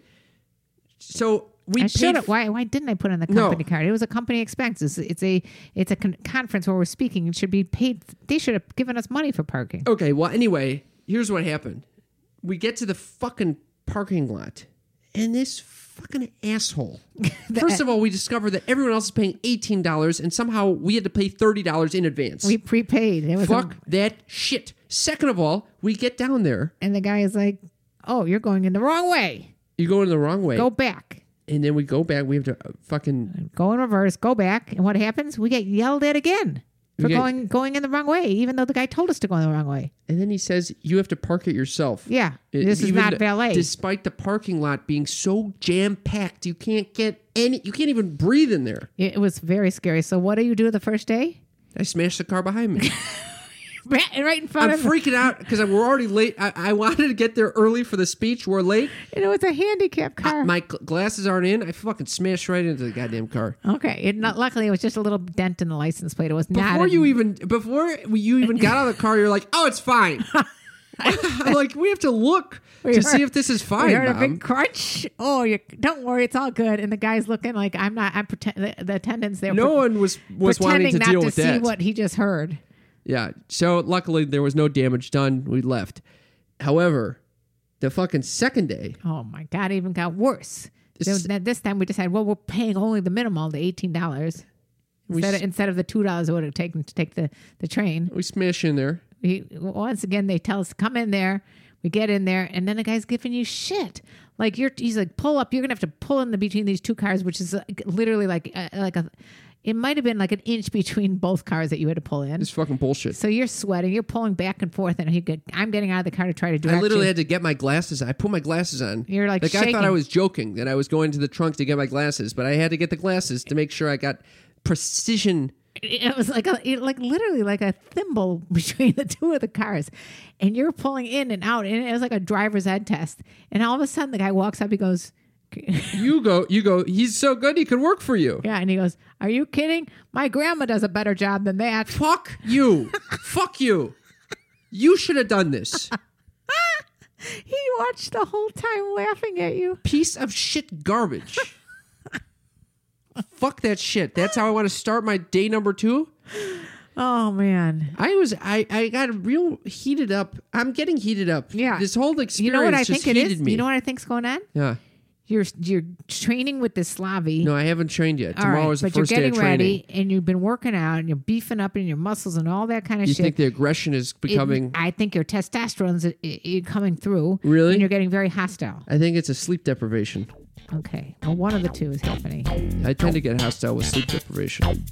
S3: so we
S2: I
S3: paid.
S2: should have. Why? Why didn't I put on the
S3: No.
S2: company card? It was a company expense. It's, it's a it's a con- conference where we're speaking. It should be paid. They should have given us money for parking.
S3: okay. Well, anyway, here's what happened. We get to the fucking parking lot, and this fucking asshole. First of all, we discover that everyone else is paying eighteen dollars, and somehow we had to pay thirty dollars in advance.
S2: We prepaid. It was a-
S3: Fuck that shit. Second of all, we get down there.
S2: and the guy is like, "Oh, you're going in the wrong way.
S3: You go in the wrong way,
S2: Go back.
S3: and then we go back. We have to uh, fucking.
S2: Go in reverse. Go back." And what happens? We get yelled at again for
S3: We get-
S2: going going in the wrong way, even though the guy told us to go in the wrong way.
S3: And then he says, "You have to park it yourself."
S2: Yeah,
S3: It-
S2: this is
S3: E, even
S2: not
S3: th-
S2: valet.
S3: Despite the parking lot being so jam packed, you can't get any. You can't even breathe in there.
S2: it it was very scary. So, what do you do the first day?
S3: I smashed the car behind me.
S2: Right in front
S3: I'm
S2: of
S3: freaking out because we're already late. I, I wanted to get there early for the speech. We're late.
S2: And it was a handicap car.
S3: Uh, My gl- glasses aren't in. I fucking smashed right into the goddamn car.
S2: okay. It not, luckily, it was just a little dent in the license plate. It was not.
S3: Before
S2: a-
S3: you even before you even got out of the car, you're like, "Oh, it's fine." I'm like, we have to look
S2: We
S3: to
S2: heard-
S3: see if this is
S2: we
S3: fine,
S2: heard a
S3: Mom.
S2: big crunch. Oh, you don't worry, it's all good. And the guy's looking like I'm not. I'm pretend the, the attendants there.
S3: no
S2: pre-
S3: one was was
S2: pretending
S3: wanting to
S2: not
S3: deal
S2: to
S3: with
S2: see
S3: that.
S2: what he just heard.
S3: Yeah. So luckily there was no damage done. We left. However, the fucking second day,
S2: Oh my god! It even got worse. So
S3: This-
S2: then this time we decided, well, we're paying only the minimal, the eighteen dollars, instead, of- instead of the two dollars it would have taken to take the the train.
S3: we smash in there.
S2: We, once again, they tell us come in there. We get in there, and then the guy's giving you shit. Like you're, he's like, pull up. You're gonna have to pull in the between these two cars, which is like, literally like uh, like a. It might have been like an inch between both cars that you had to pull in.
S3: It's fucking bullshit.
S2: So you're sweating. You're pulling back and forth, and he get, I'm getting out of the car to try to direct
S3: I literally
S2: you.
S3: had to get my glasses. I put my glasses on.
S2: You're, like,
S3: the guy
S2: shaking.
S3: thought I was joking that I was going to the trunk to get my glasses, but I had to get the glasses to make sure I got precision.
S2: it was like a, it like literally like a thimble between the two of the cars and you're pulling in and out and it was like a driver's ed test and all of a sudden the guy walks up he goes
S3: You go, you go. He's so good, he could work for you.
S2: yeah and he goes are you kidding my grandma does a better job than that
S3: Fuck you. Fuck you. You should have done this.
S2: he watched the whole time laughing at you
S3: piece of shit garbage. Fuck that shit. That's how I want to start my day number two.
S2: oh man
S3: I was I I got real heated up. I'm getting heated up.
S2: Yeah.
S3: This whole experience
S2: you know what i
S3: just
S2: think it
S3: heated
S2: is
S3: me.
S2: you know what i think's going on
S3: yeah.
S2: you're you're training with this slavi
S3: No, I haven't trained yet.
S2: All
S3: Tomorrow
S2: right,
S3: is the
S2: but you're
S3: first day
S2: getting
S3: of training.
S2: ready and you've been working out and you're beefing up in your muscles and all that kind of
S3: You
S2: shit.
S3: think the aggression is
S2: it-
S3: becoming?
S2: I think your testosterone's i- i- coming through.
S3: Really?
S2: And you're getting very hostile.
S3: I think it's a sleep deprivation.
S2: Okay. Well, one of the two is happening.
S3: I tend to get hostile with sleep deprivation.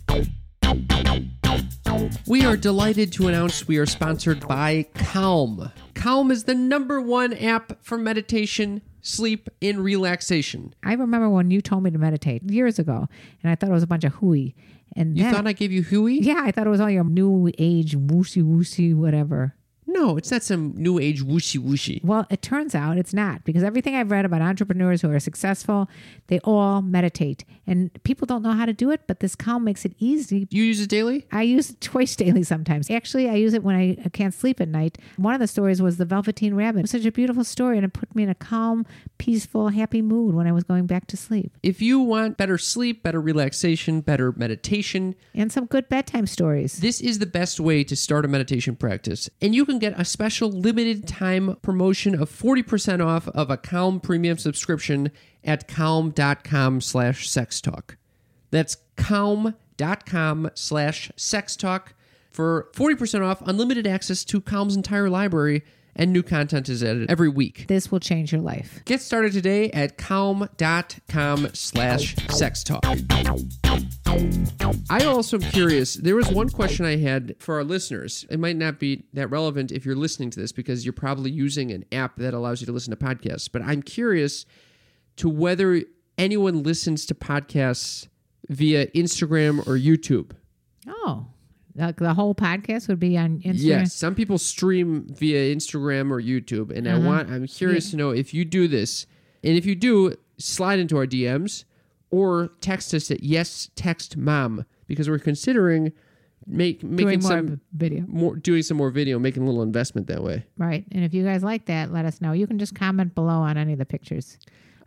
S3: We are delighted to announce we are sponsored by Calm. Calm is the number one app for meditation, sleep, and relaxation.
S2: I remember when you told me to meditate years ago, and I thought it was a bunch of hooey. And
S3: You
S2: then,
S3: thought I gave you hooey?
S2: yeah, I thought it was all your new age woosy woosy whatever.
S3: No, it's not some new age whooshy whooshy.
S2: Well, it turns out it's not because everything I've read about entrepreneurs who are successful, they all meditate, and people don't know how to do it. But this calm makes it easy
S3: Do you use it daily?
S2: I use it twice daily sometimes. Actually, I use it when I can't sleep at night. One of the stories was the Velveteen Rabbit. It was such a beautiful story, and it put me in a calm, peaceful, happy mood when I was going back to sleep.
S3: If you want better sleep, better relaxation, better meditation,
S2: And some good bedtime stories.
S3: this is the best way to start a meditation practice. And you can get a special limited time promotion of 40% off of a Calm premium subscription at calm.com slash sex talk. That's calm.com slash sex talk for 40% off unlimited access to Calm's entire library and new content is added every week.
S2: This will change your life.
S3: Get started today at calm.com slash sex talk. I also am curious. There was one question I had for our listeners. It might not be that relevant if you're listening to this because you're probably using an app that allows you to listen to podcasts. But I'm curious to whether anyone listens to podcasts via Instagram or YouTube.
S2: Oh, like the whole podcast would be on Instagram.
S3: Yes, some people stream via Instagram or YouTube, and
S2: Uh-huh.
S3: I want I'm curious to know if you do this, and if you do, slide into our DMs or text us at yes text mom because we're considering make
S2: Doing
S3: making
S2: more
S3: some
S2: video.
S3: more doing some more video, making a little investment that way.
S2: Right. And if you guys like that, let us know. You can just comment below on any of the pictures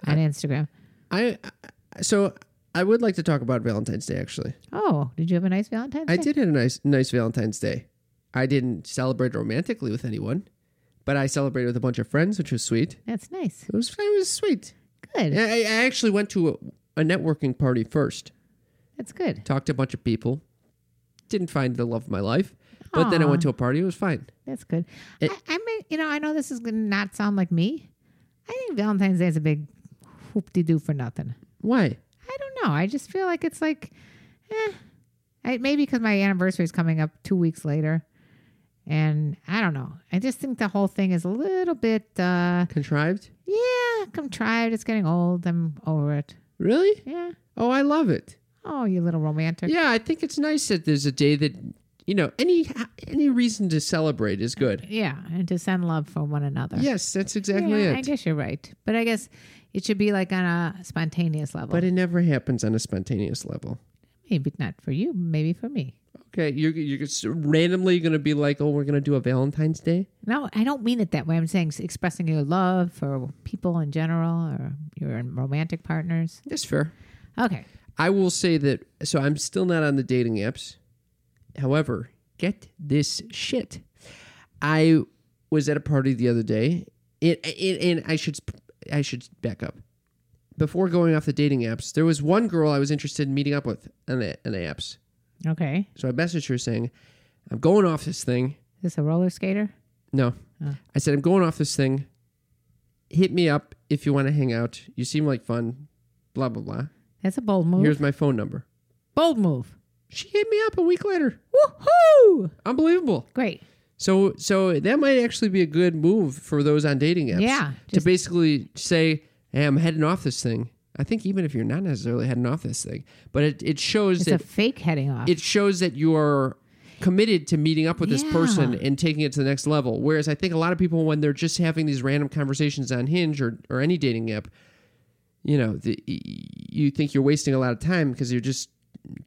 S2: on Instagram.
S3: I I- so I would like to talk about Valentine's Day actually.
S2: Oh, did you have a nice Valentine's Day?
S3: I did have a nice nice Valentine's Day. I didn't celebrate romantically with anyone, but I celebrated with a bunch of friends, which was sweet.
S2: That's nice.
S3: It was it was sweet.
S2: Good.
S3: Yeah, I, I actually went to a, a networking party first.
S2: That's good.
S3: Talked to a bunch of people. Didn't find the love of my life, but then I went to a party. It was fine.
S2: That's good. I, I may, you know, I know this is going to not sound like me. I think Valentine's Day is a big hoop de doo for nothing.
S3: Why?
S2: I don't know. I just feel like it's like, eh. I, maybe because my anniversary is coming up two weeks later. And I don't know. I just think the whole thing is a little bit, uh,
S3: Contrived?
S2: yeah, contrived. It's getting old. I'm over it.
S3: Really?
S2: Yeah.
S3: Oh, I love it.
S2: Oh, you little romantic.
S3: Yeah, I think it's nice that there's a day that you know any any reason to celebrate is good.
S2: Yeah, and to send love for one another.
S3: Yes, that's
S2: Yeah,
S3: exactly
S2: I
S3: it.
S2: guess you're right. But I guess it should be like on a spontaneous level.
S3: But it never happens on a spontaneous level.
S2: Maybe not for you, maybe for me.
S3: Okay, you're you're just randomly gonna be like, oh, we're gonna do a Valentine's Day.
S2: No, I don't mean it that way. I'm saying s- expressing your love for people in general or your romantic partners.
S3: That's fair.
S2: Okay.
S3: I will say that so I'm still not on the dating apps. However, get this shit. I was at a party the other day. It, it and I should I should back up. Before going off the dating apps, there was one girl I was interested in meeting up with on the, on the apps.
S2: Okay.
S3: So I messaged her saying, "I'm going off this thing."
S2: Is this a roller skater?
S3: No, I said I'm going off this thing. Hit me up if you want to hang out. You seem like fun. Blah blah blah.
S2: That's a bold move.
S3: Here's my phone number.
S2: bold move.
S3: She hit me up a week later.
S2: Woohoo!
S3: Unbelievable.
S2: Great.
S3: So so that might actually be a good move for those on dating apps.
S2: Yeah,
S3: to basically say, hey, I'm heading off this thing. I think even if you're not necessarily heading off this thing, but it, it shows
S2: It's a
S3: that
S2: fake heading off.
S3: it shows that you are committed to meeting up with this
S2: Yeah.
S3: person and taking it to the next level. Whereas I think a lot of people when they're just having these random conversations on Hinge or, or any dating app, you know, the, you think you're wasting a lot of time because you're just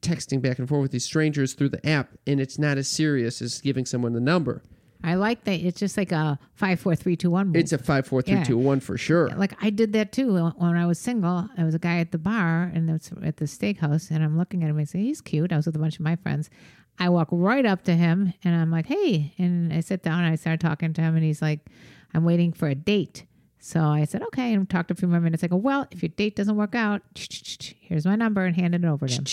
S3: texting back and forth with these strangers through the app and it's not as serious as giving someone the number.
S2: I like that. It's just like a five, four, three, two, one move.
S3: It's a five, four, three,
S2: Yeah.
S3: two, one for sure.
S2: like I did that too when I was single. I was a guy at the bar and it's at the steakhouse, and I'm looking at him and I say he's cute. I was with a bunch of my friends. I walk right up to him and I'm like, hey, and I sit down and I start talking to him, and he's like, I'm waiting for a date. So I said, okay, and talked a few more minutes. I go, well, if your date doesn't work out, here's my number, and handed it over to him.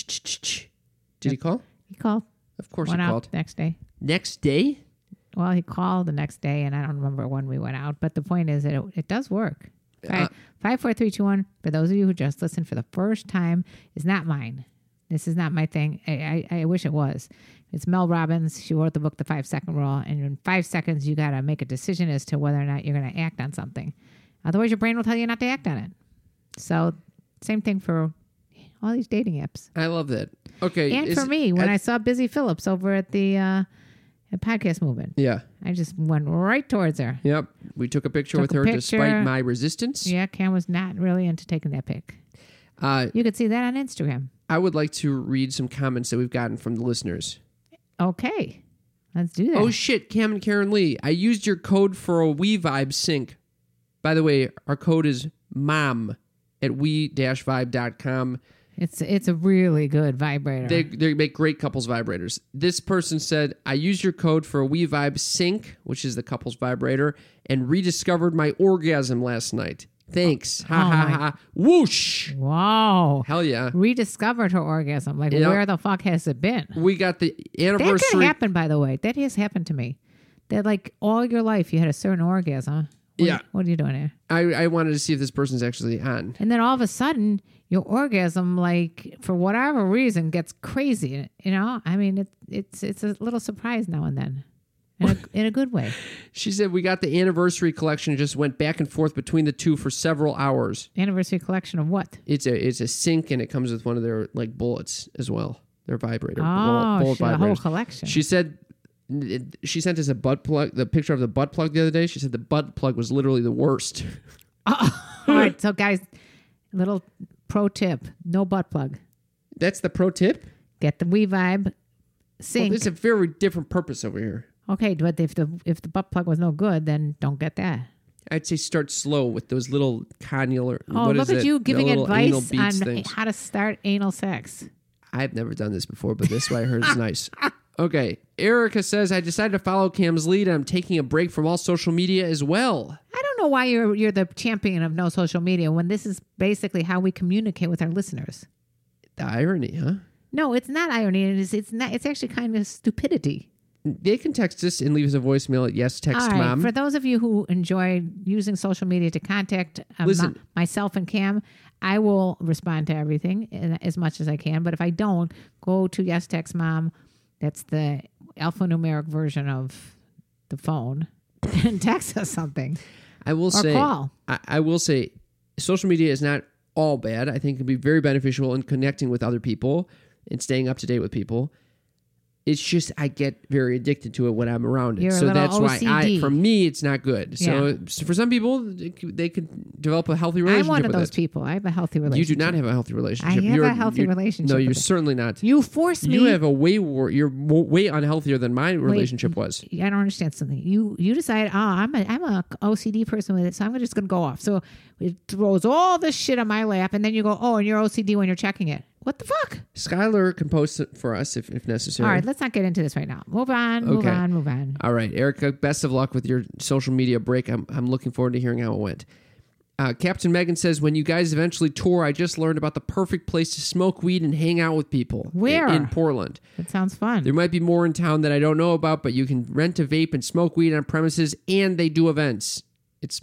S3: Did he call?
S2: He called.
S3: Of course
S2: Went
S3: he
S2: out
S3: called.
S2: the next day.
S3: Next day?
S2: Well, he called the next day, and I don't remember when we went out. But the point is that it, it does work. Five, five, four, three, two, one. For those of you who just listened for the first time, is not mine. This is not my thing. I, I, I wish it was. It's Mel Robbins. She wrote the book, The Five Second Rule, and in five seconds, you got to make a decision as to whether or not you're going to act on something. Otherwise, your brain will tell you not to act on it. So, same thing for all these dating apps.
S3: I love that. Okay.
S2: And
S3: is-
S2: for me, when I, saw Busy Phillips over at the uh, at podcast movement,
S3: Yeah.
S2: I just went right towards her.
S3: Yep. We took a picture
S2: Took
S3: with
S2: a
S3: her
S2: picture.
S3: despite my resistance.
S2: Yeah, Cam was not really into taking that pic.
S3: Uh,
S2: You could see that on Instagram.
S3: I would like to read some comments that we've gotten from the listeners.
S2: Okay, let's do that.
S3: Oh shit, Cam and Karen Lee, I used your code for a We Vibe sync. By the way, our code is mom at we-vibe.com.
S2: it's it's a really good vibrator.
S3: They they make great couples vibrators. This person said, I used your code for a We Vibe Sync, which is the couples vibrator, and rediscovered my orgasm last night. Thanks. Ha
S2: Oh
S3: ha ha. Whoosh.
S2: Wow.
S3: Hell yeah.
S2: Rediscovered her orgasm. Like,
S3: Yeah.
S2: where the fuck has it been?
S3: We got the
S2: That could
S3: anniversary.
S2: happen, by the way. That has happened to me. That, like, all your life you had a certain orgasm. What-
S3: Yeah.
S2: What are you doing here?
S3: I, I wanted to see if this person's actually on.
S2: And then all of a sudden, your orgasm, like, for whatever reason, gets crazy. You know? I mean, it, it's it's a little surprise now and then. In a, in a good way.
S3: She said, We got the anniversary collection, just went back and forth between the two for several hours.
S2: Anniversary collection of what?
S3: It's a it's a sync and it comes with one of their like bullets as well. Their vibrator.
S2: Oh,
S3: bullet- bullet
S2: shit, a whole
S3: vibrators.
S2: collection.
S3: She said she sent us a butt plug, the picture of the butt plug the other day. She said the butt plug was literally the worst.
S2: all right. So, guys, little pro tip no butt plug.
S3: That's the pro tip.
S2: Get the We Vibe
S3: Well,
S2: sync.
S3: it's a very different purpose over here.
S2: Okay, but if the if the butt plug was no good, then don't get that.
S3: I'd say start slow with those little connular.
S2: Oh,
S3: what is
S2: look at
S3: that?
S2: you
S3: The
S2: giving
S3: little anal
S2: advice on
S3: beads things.
S2: how to start anal sex.
S3: I've never done this before, but this way I heard is nice. Okay. Erica says, I decided to follow Cam's lead. I'm taking a break from all social media as well.
S2: I don't know why you're you're the champion of no social media when this is basically how we communicate with our listeners.
S3: The irony, huh?
S2: No, it's not irony. It is. It's not. It's actually kind of stupidity.
S3: They can text us and leave us a voicemail at yes, text
S2: All right.
S3: mom.
S2: For those of you who enjoy using social media to contact uh,
S3: Listen.
S2: my- myself and Cam, I will respond to everything in- as much as I can. But if I don't, go to Yes Text Mom. That's the alphanumeric version of the phone and text us something.
S3: I will say,
S2: call.
S3: I, I will say, social media is not all bad. I think it can be very beneficial in connecting with other people and staying up to date with people. It's just I get very addicted to it when I'm around it,
S2: You're a
S3: so
S2: little
S3: that's why I,
S2: OCD.
S3: for me, it's not good. So,
S2: Yeah.
S3: so for some people, they c- they could develop a healthy
S2: I'm
S3: relationship.
S2: one of
S3: with
S2: those
S3: it.
S2: people. I have a healthy
S3: You
S2: relationship.
S3: do not have a healthy relationship.
S2: I have
S3: You're-
S2: a healthy
S3: you're-
S2: relationship
S3: No,
S2: with
S3: you're
S2: it.
S3: certainly not.
S2: You force me.
S3: You have a way wor- you're mo- way unhealthier than my relationship was.
S2: I don't understand something. You you decide, oh, I'm a I'm a OCD person with it, so I'm just gonna go off. So it throws all this shit on my lap, and then you go, oh, and you're OCD when you're checking it. What the fuck?
S3: Skylar can post it for us if, if necessary.
S2: All right, let's not get into this right now. Move on, move
S3: Okay.
S2: on, move on.
S3: All right, Erica, best of luck with your social media break. I'm, I'm looking forward to hearing how it went. Uh, Captain Megan says, when you guys eventually tour, I just learned about the perfect place to smoke weed and hang out with people. in-
S2: Where?
S3: In, Portland.
S2: That sounds fun.
S3: There might be more in town that I don't know about, but you can rent a vape and smoke weed on premises, and they do events. It's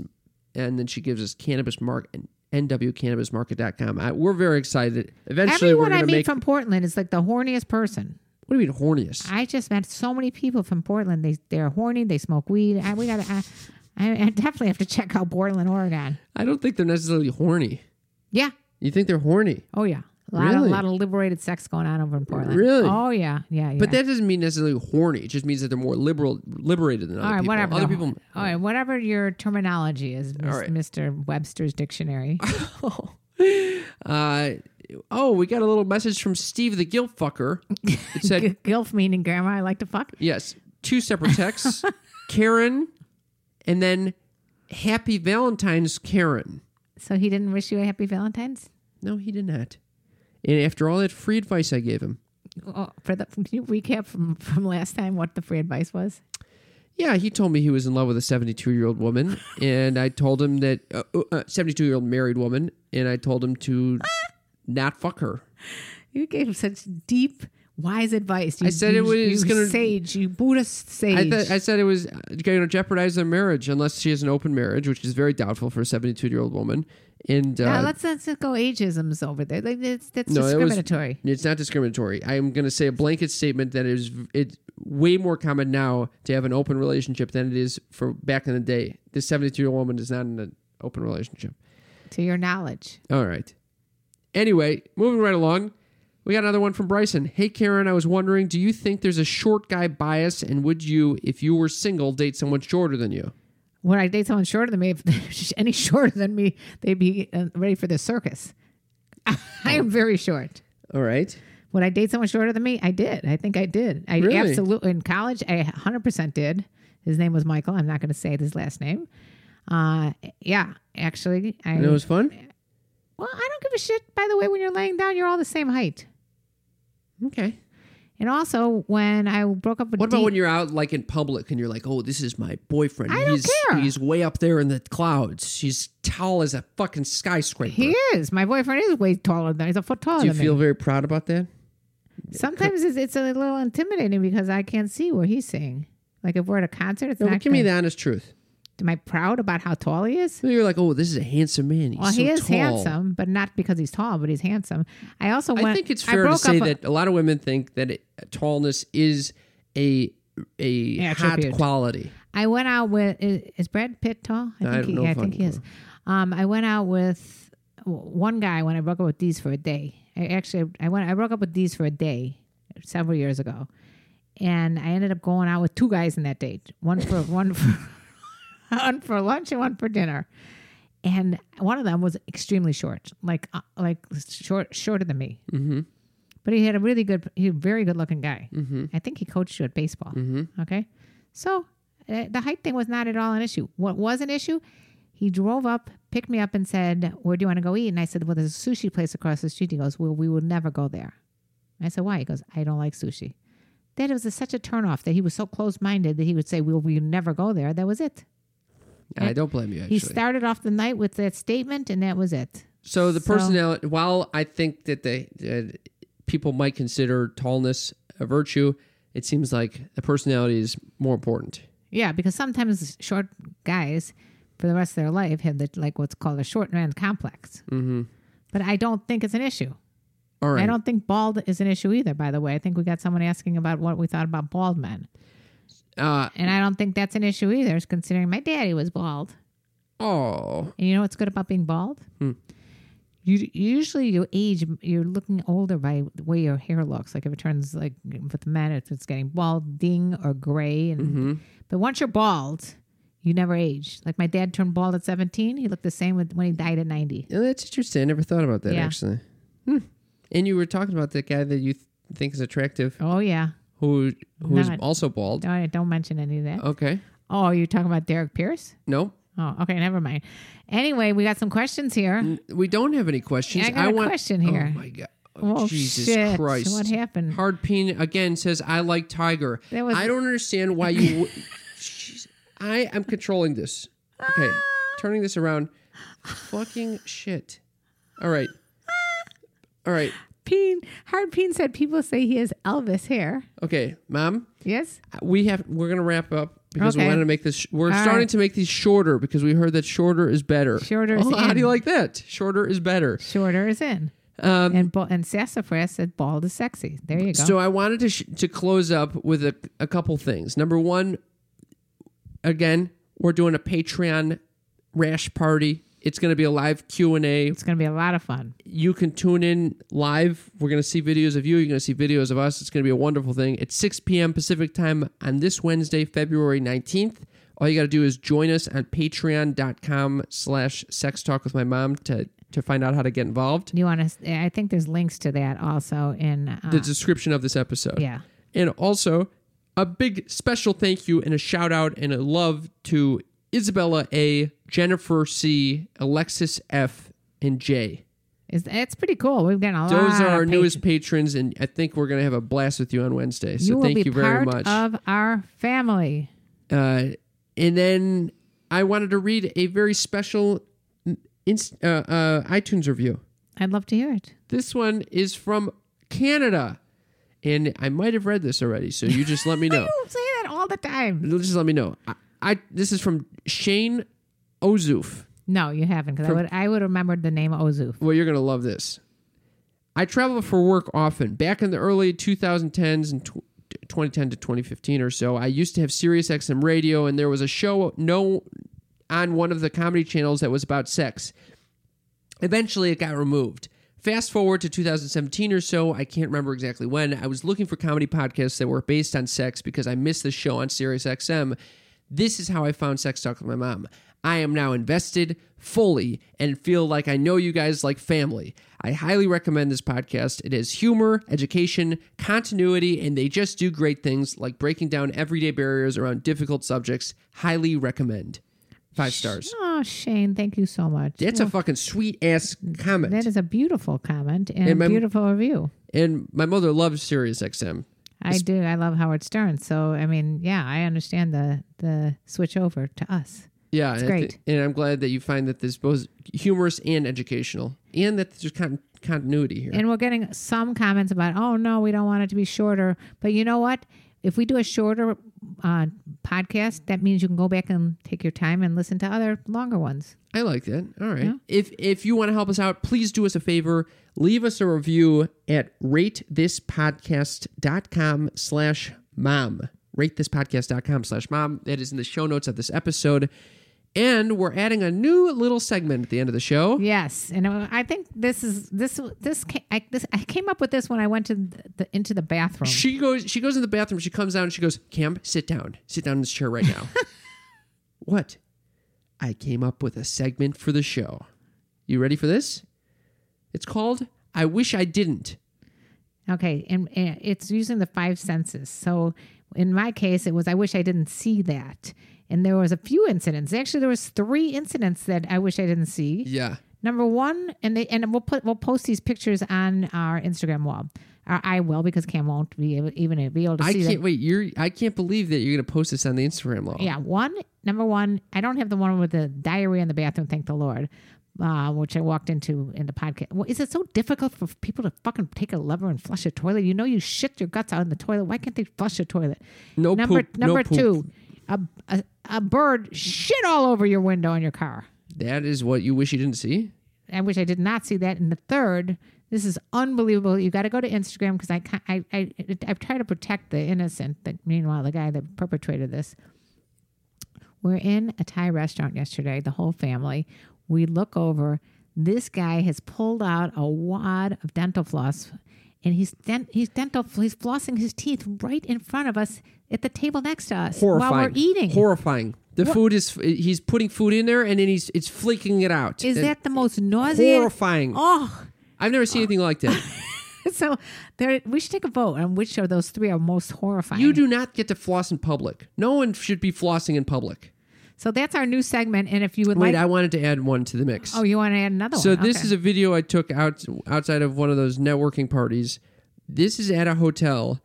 S3: And then she gives us cannabis mark and nwcannabismarket.com. I, we're very excited. Eventually, we're
S2: Everyone
S3: going
S2: I
S3: to
S2: meet
S3: make.
S2: from Portland is like the horniest person.
S3: what do you mean, horniest?
S2: I just met so many people from Portland. They they're horny. They smoke weed. I, we gotta. I, I I definitely have to check out Portland, Oregon.
S3: I don't think they're necessarily horny.
S2: Yeah.
S3: You think they're horny?
S2: Oh yeah. A lot,
S3: Really?
S2: of, lot of liberated sex going on over in Portland.
S3: Really?
S2: Oh yeah. Yeah. yeah.
S3: But that doesn't mean necessarily horny. It just means that they're more liberal, liberated than other
S2: All right,
S3: people.
S2: whatever.
S3: Other
S2: the-
S3: people.
S2: All right, whatever your terminology is, Mis-
S3: right.
S2: Mr. Webster's dictionary.
S3: Uh, oh, we got a little message from Steve the guilt fucker. It said,
S2: Gilf meaning grandma, I like to fuck.
S3: yes, two separate texts, Karen, and then Happy Valentine's, Karen.
S2: So he didn't wish you a happy Valentine's.
S3: No, he did not. And after all that free advice I gave him,
S2: Oh, for the can you recap from from last time what the free advice was?
S3: yeah, he told me he was in love with a 72 year old woman, and I told him that 72 year old married woman, and I told him to not fuck her.
S2: You gave such deep, wise advice. You,
S3: I said it
S2: you-
S3: was
S2: you
S3: gonna-
S2: sage, you Buddhist sage.
S3: I, th- I said it was uh, going to jeopardize their marriage unless she has an open marriage, which is very doubtful for a 72 year old woman. And uh,
S2: Now, let's not just go ageisms over there. Like it's, that's
S3: no, it was-
S2: discriminatory.
S3: it's not discriminatory. I am going to say a blanket statement that is it's way more common now to have an open relationship than it is for back in the day. This 72 year old woman is not in an open relationship.
S2: to your knowledge.
S3: All right. Anyway, moving right along, we got another one from Bryson. Hey, Karen, I was wondering, do you think there's a short guy bias, and would you, if you were single, date someone shorter than you?
S2: When I date someone shorter than me, if there's any shorter than me, they'd be uh, ready for the circus. I
S3: Oh.
S2: am very short.
S3: All right.
S2: Would I date someone shorter than me? I did. I think I did. I
S3: Really?
S2: absolutely in college. I 100% did. His name was Michael. I'm not going to say his last name. Uh, yeah, actually, I.
S3: And it was fun.
S2: well, I don't give a shit. By the way, when you're laying down, you're all the same height.
S3: Okay.
S2: And also, when I broke up with
S3: What about
S2: Dean-
S3: when you're out like in public and you're like, "Oh, this is my boyfriend.
S2: I don't
S3: he's
S2: care.
S3: he's way up there in the clouds. He's tall as a fucking skyscraper."
S2: He is. My boyfriend is way taller than. He's a foot taller
S3: Do you
S2: than
S3: feel
S2: me.
S3: very proud about that?
S2: Sometimes it's, it's a little intimidating because I can't see what he's seeing. Like if we're at a concert, it's
S3: No,
S2: not.
S3: but give me
S2: gonna-
S3: the honest truth.
S2: Am I proud about how tall he is?
S3: So you're like, "Oh, this is a handsome man. He's
S2: Well,
S3: so
S2: he is
S3: tall."
S2: handsome, but not because he's tall, but he's handsome. I also went,
S3: I think it's
S2: I
S3: fair to
S2: broke
S3: say
S2: up-
S3: that a lot of women think that it, tallness is a a hot
S2: Attribute.
S3: quality.
S2: I went out with is, is Brad Pitt tall? I
S3: I
S2: think
S3: don't
S2: he,
S3: know
S2: I
S3: if
S2: think
S3: I-
S2: he is. Um, I went out with w- one guy when I broke up with these for a day. I actually I went I broke up with these for a day several years ago, and I ended up going out with two guys in that date. One for one for one for lunch and one for dinner. And one of them was extremely short, like uh, like short shorter than me. Mm-hmm. But he had a really good, he was a very good looking guy. Mm-hmm. I think he coached you at baseball. Okay, so uh, the height thing was not at all an issue. What was an issue? He drove up, picked me up, and said, "Where do you want to go eat?" And I said, "Well, there's a sushi place across the street." He goes, "Well, we will never go there." And I said, "Why?" He goes, "I don't like sushi." That it was such a turnoff that he was so closed-minded that he would say, "Well, we never go there." That was it.
S3: I don't blame you. Actually,
S2: He started off the night with that statement, and that was it.
S3: So the
S2: So-
S3: personality, while I think that they that people might consider tallness a virtue, it seems like the personality is more important.
S2: Yeah, because sometimes short guys, for the rest of their life, have the, like what's called a short man complex. Mm-hmm. But I don't think it's an issue.
S3: All right.
S2: I don't think bald is an issue either. By the way, I think we got someone asking about what we thought about bald men,
S3: uh,
S2: and I don't think that's an issue either, considering my daddy was bald.
S3: oh,
S2: And you know what's good about being bald? You usually you age, you're looking older by the way your hair looks. Like if it turns like with men, if it's getting balding or gray, and but once you're bald, you never age. Like my dad turned bald at 17; he looked the same with, when he died at 90.
S3: yeah, that's interesting. I never thought about that
S2: Yeah.
S3: actually. Hmm. And you were talking about the guy that you th- think is attractive,
S2: Oh yeah,
S3: who who is
S2: Not-
S3: also bald.
S2: don't, don't mention any of that.
S3: Okay.
S2: Oh, you're talking about Derek Pierce?
S3: No,
S2: Oh, okay, never mind. Anyway, we got some questions here.
S3: we don't have any questions.
S2: Yeah, I got a
S3: want
S2: question here.
S3: Oh my god.
S2: Oh,
S3: Jesus
S2: shit.
S3: Christ!
S2: What happened?
S3: Hard Peen again says, "I like Tiger."
S2: Mm. That was-
S3: I don't understand why you. w- Jeez. I am controlling this. Okay, turning this around. Fucking shit! All right, all right.
S2: Peen Hard Peen said people say he has Elvis hair.
S3: Okay, mom.
S2: Yes.
S3: We have. We're gonna wrap up because we
S2: Okay.
S3: wanted to make this. sh- We're
S2: All
S3: starting
S2: right.
S3: to make these shorter because we heard that shorter is better.
S2: Shorter is
S3: Oh, how do you
S2: in.
S3: like that? Shorter is better.
S2: Shorter is in. Um, and ba- and sassafras said bald is sexy. There you go.
S3: So I wanted to sh- to close up with a, a couple things. Number one, again, we're doing a Patreon rash party. It's going to be a live Q and A.
S2: it's going to be a lot of fun.
S3: You can tune in live. We're going to see videos of you. You're going to see videos of us. It's going to be a wonderful thing. It's 6 p.m. Pacific time on this Wednesday, February 19th. All you got to do is join us on patreon.com slash sex talk with my mom to, to find out how to get involved.
S2: You want to? I think there's links to that also in. Uh,
S3: The description of this episode.
S2: yeah.
S3: And also, a big special thank you and a shout out and a love to Isabella A, Jennifer C, Alexis F, and J.
S2: It's, it's pretty cool. We've got a lot.
S3: Those are our
S2: of
S3: newest
S2: patrons.
S3: patrons, and I think we're going to have a blast with you on Wednesday. So
S2: you will
S3: thank
S2: be
S3: you very
S2: part
S3: much.
S2: of our family.
S3: uh, and then I wanted to read a very special inst- uh, uh, iTunes review.
S2: I'd love to hear it.
S3: This one is from Canada. And I might have read this already, so you just let me know.
S2: People say that all the time.
S3: Just let me know. I, I this is from Shane Ozoof.
S2: No, you haven't, because I would I would remembered the name Ozu.
S3: Well, you're gonna love this. I travel for work often. Back in the early 2010s and tw- 2010 to 2015 or so, I used to have Sirius XM radio, and there was a show no on one of the comedy channels that was about sex. Eventually, it got removed. Fast forward to 2017 or so, I can't remember exactly when, I was looking for comedy podcasts that were based on sex because I missed the show on SiriusXM. This is how I found Sex Talk with My Mom. I am now invested fully and feel like I know you guys like family. I highly recommend this podcast. It has humor, education, continuity, and they just do great things like breaking down everyday barriers around difficult subjects. Highly recommend. Five stars.
S2: Oh, Shane, thank you so much.
S3: That's a fucking sweet ass comment.
S2: That is a beautiful comment and,
S3: And my-
S2: beautiful review.
S3: and my mother loves Sirius XM.
S2: I do. I love Howard Stern. So I mean, yeah, I understand the the switch over to us.
S3: Yeah, and I thi-
S2: great.
S3: and I'm glad that you find that there's both humorous and educational, and that there's con- continuity here.
S2: And we're getting some comments about, oh no, we don't want it to be shorter. But you know what? If we do a shorter uh, podcast, that means you can go back and take your time and listen to other longer ones.
S3: I like that. All right. If if you want to help us out, please do us a favor. Leave us a review at ratethispodcast.com slash mom. Ratethispodcast.com slash mom. That is in the show notes of this episode. And we're adding a new little segment at the end of the show.
S2: Yes, and I I think this is this this ca- I, this I came up with this when I went to the, the into the bathroom.
S3: She goes she goes in the bathroom, she comes out and she goes, Cam, sit down. Sit down in this chair right now. what? I came up with a segment for the show. You ready for this? It's called I Wish I Didn't.
S2: Okay, and, and it's using the five senses. So in my case, it was I wish I didn't see that, and there was a few incidents. Actually, there was three incidents that I wish I didn't see.
S3: Yeah.
S2: Number one, and they and we'll put we'll post these pictures on our Instagram wall. Or I will because Cam won't be able even be able to
S3: I
S2: see
S3: can't
S2: them.
S3: wait. You're I can't believe that you're gonna post this on the Instagram law.
S2: Yeah, one number one. I don't have the one with the diarrhea in the bathroom. Thank the Lord, uh, which I walked into in the podcast. Well, is it so difficult for people to fucking take a lever and flush a toilet? You know, you shit your guts out in the toilet. Why can't they flush a toilet?
S3: No
S2: number
S3: poop, no
S2: number
S3: poop.
S2: two, a, a a bird shit all over your window in your car.
S3: That is what you wish you didn't see.
S2: I wish I did not see that. And the third, this is unbelievable. You got to go to Instagram because I, ca- I, I, I've tried to protect the innocent. But meanwhile, the guy that perpetrated this. We're in a Thai restaurant yesterday, the whole family. We look over. This guy has pulled out a wad of dental floss and he's dent- he's dental he's flossing his teeth right in front of us at the table next to us
S3: Horrifying.
S2: while we're eating.
S3: Horrifying. The food is he's putting food in there and then he's it's flaking it out.
S2: Is
S3: And
S2: that the most nauseating?
S3: horrifying?
S2: Oh,
S3: I've never seen anything like that.
S2: so there we should take a vote on which of those three are most horrifying
S3: you do not get to floss in public. No one should be flossing in public.
S2: so that's our new segment and if you would
S3: Wait,
S2: like
S3: I wanted to add one to the mix.
S2: oh you want to add another
S3: So
S2: one
S3: this
S2: Okay.
S3: is a video I took out outside of one of those networking parties. This is at a hotel,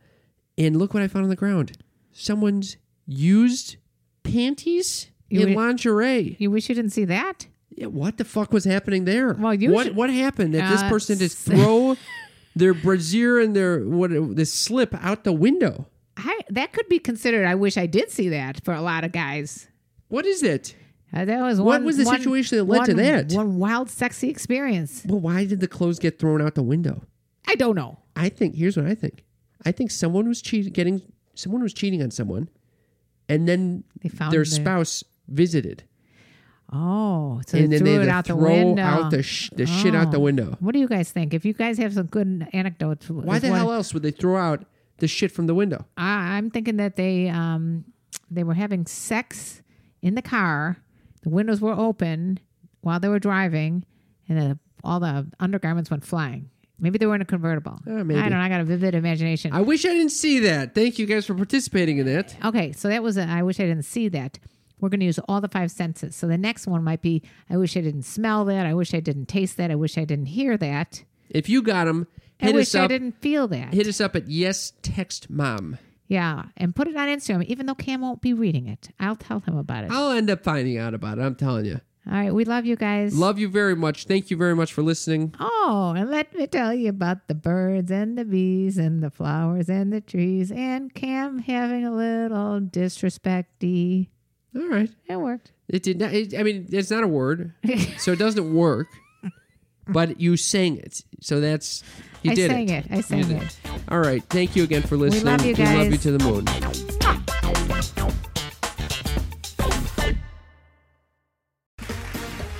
S3: and look what I found on the ground: someone's used panties
S2: You
S3: in
S2: would-
S3: lingerie.
S2: you wish you didn't see that
S3: Yeah, what the fuck was happening there?
S2: Well, you
S3: what
S2: should-
S3: what happened that this
S2: Uh,
S3: person just throw their brassiere and their what this slip out the window?
S2: I, that could be considered i wish i did see that for a lot of guys
S3: What is it?
S2: Uh, that was
S3: What
S2: one,
S3: was the
S2: one-
S3: situation that led to
S2: one-
S3: that?
S2: one wild sexy experience
S3: Well, why did the clothes get thrown out the window?
S2: i don't know
S3: I think here's what I think. I think someone was cheating, getting someone was cheating on someone, and then
S2: They found
S3: their
S2: the-
S3: spouse visited,
S2: oh so
S3: and
S2: they
S3: then
S2: threw
S3: they
S2: it
S3: had to
S2: out the
S3: throw
S2: window Oh.
S3: out the, sh- the shit out the window.
S2: what do you guys think if you guys have some good anecdotes
S3: Why the
S2: what-
S3: hell else would they throw out the shit from the window?
S2: I, I'm thinking that they um, they were having sex in the car. The windows were open while they were driving, and the, all the undergarments went flying. Maybe they were in a convertible.
S3: Uh, maybe.
S2: I don't. know. I got a vivid imagination.
S3: I wish I didn't see that. Thank you guys for participating in that.
S2: okay, so that was. A, I wish I didn't see that. We're going to use all the five senses. So the next one might be. I wish I didn't smell that. I wish I didn't taste that. I wish I didn't hear that.
S3: If you got them,
S2: I
S3: hit us
S2: wish I
S3: up.
S2: didn't feel that.
S3: Hit us up at yes text mom.
S2: yeah, and put it on Instagram. Even though Cam won't be reading it, I'll tell him about it.
S3: I'll end up finding out about it. I'm telling you.
S2: all right, we love you guys.
S3: Love you very much. Thank you very much for listening.
S2: Oh, and let me tell you about the birds and the bees and the flowers and the trees and Cam having a little disrespecty.
S3: All right.
S2: It worked.
S3: It did not. It, I mean, it's not a word, so it doesn't work. But you sang it, so that's you
S2: I
S3: did
S2: sang it. I sang
S3: did
S2: it.
S3: All right. Thank you again for listening.
S2: love you
S3: We love you
S2: guys.
S3: to the moon.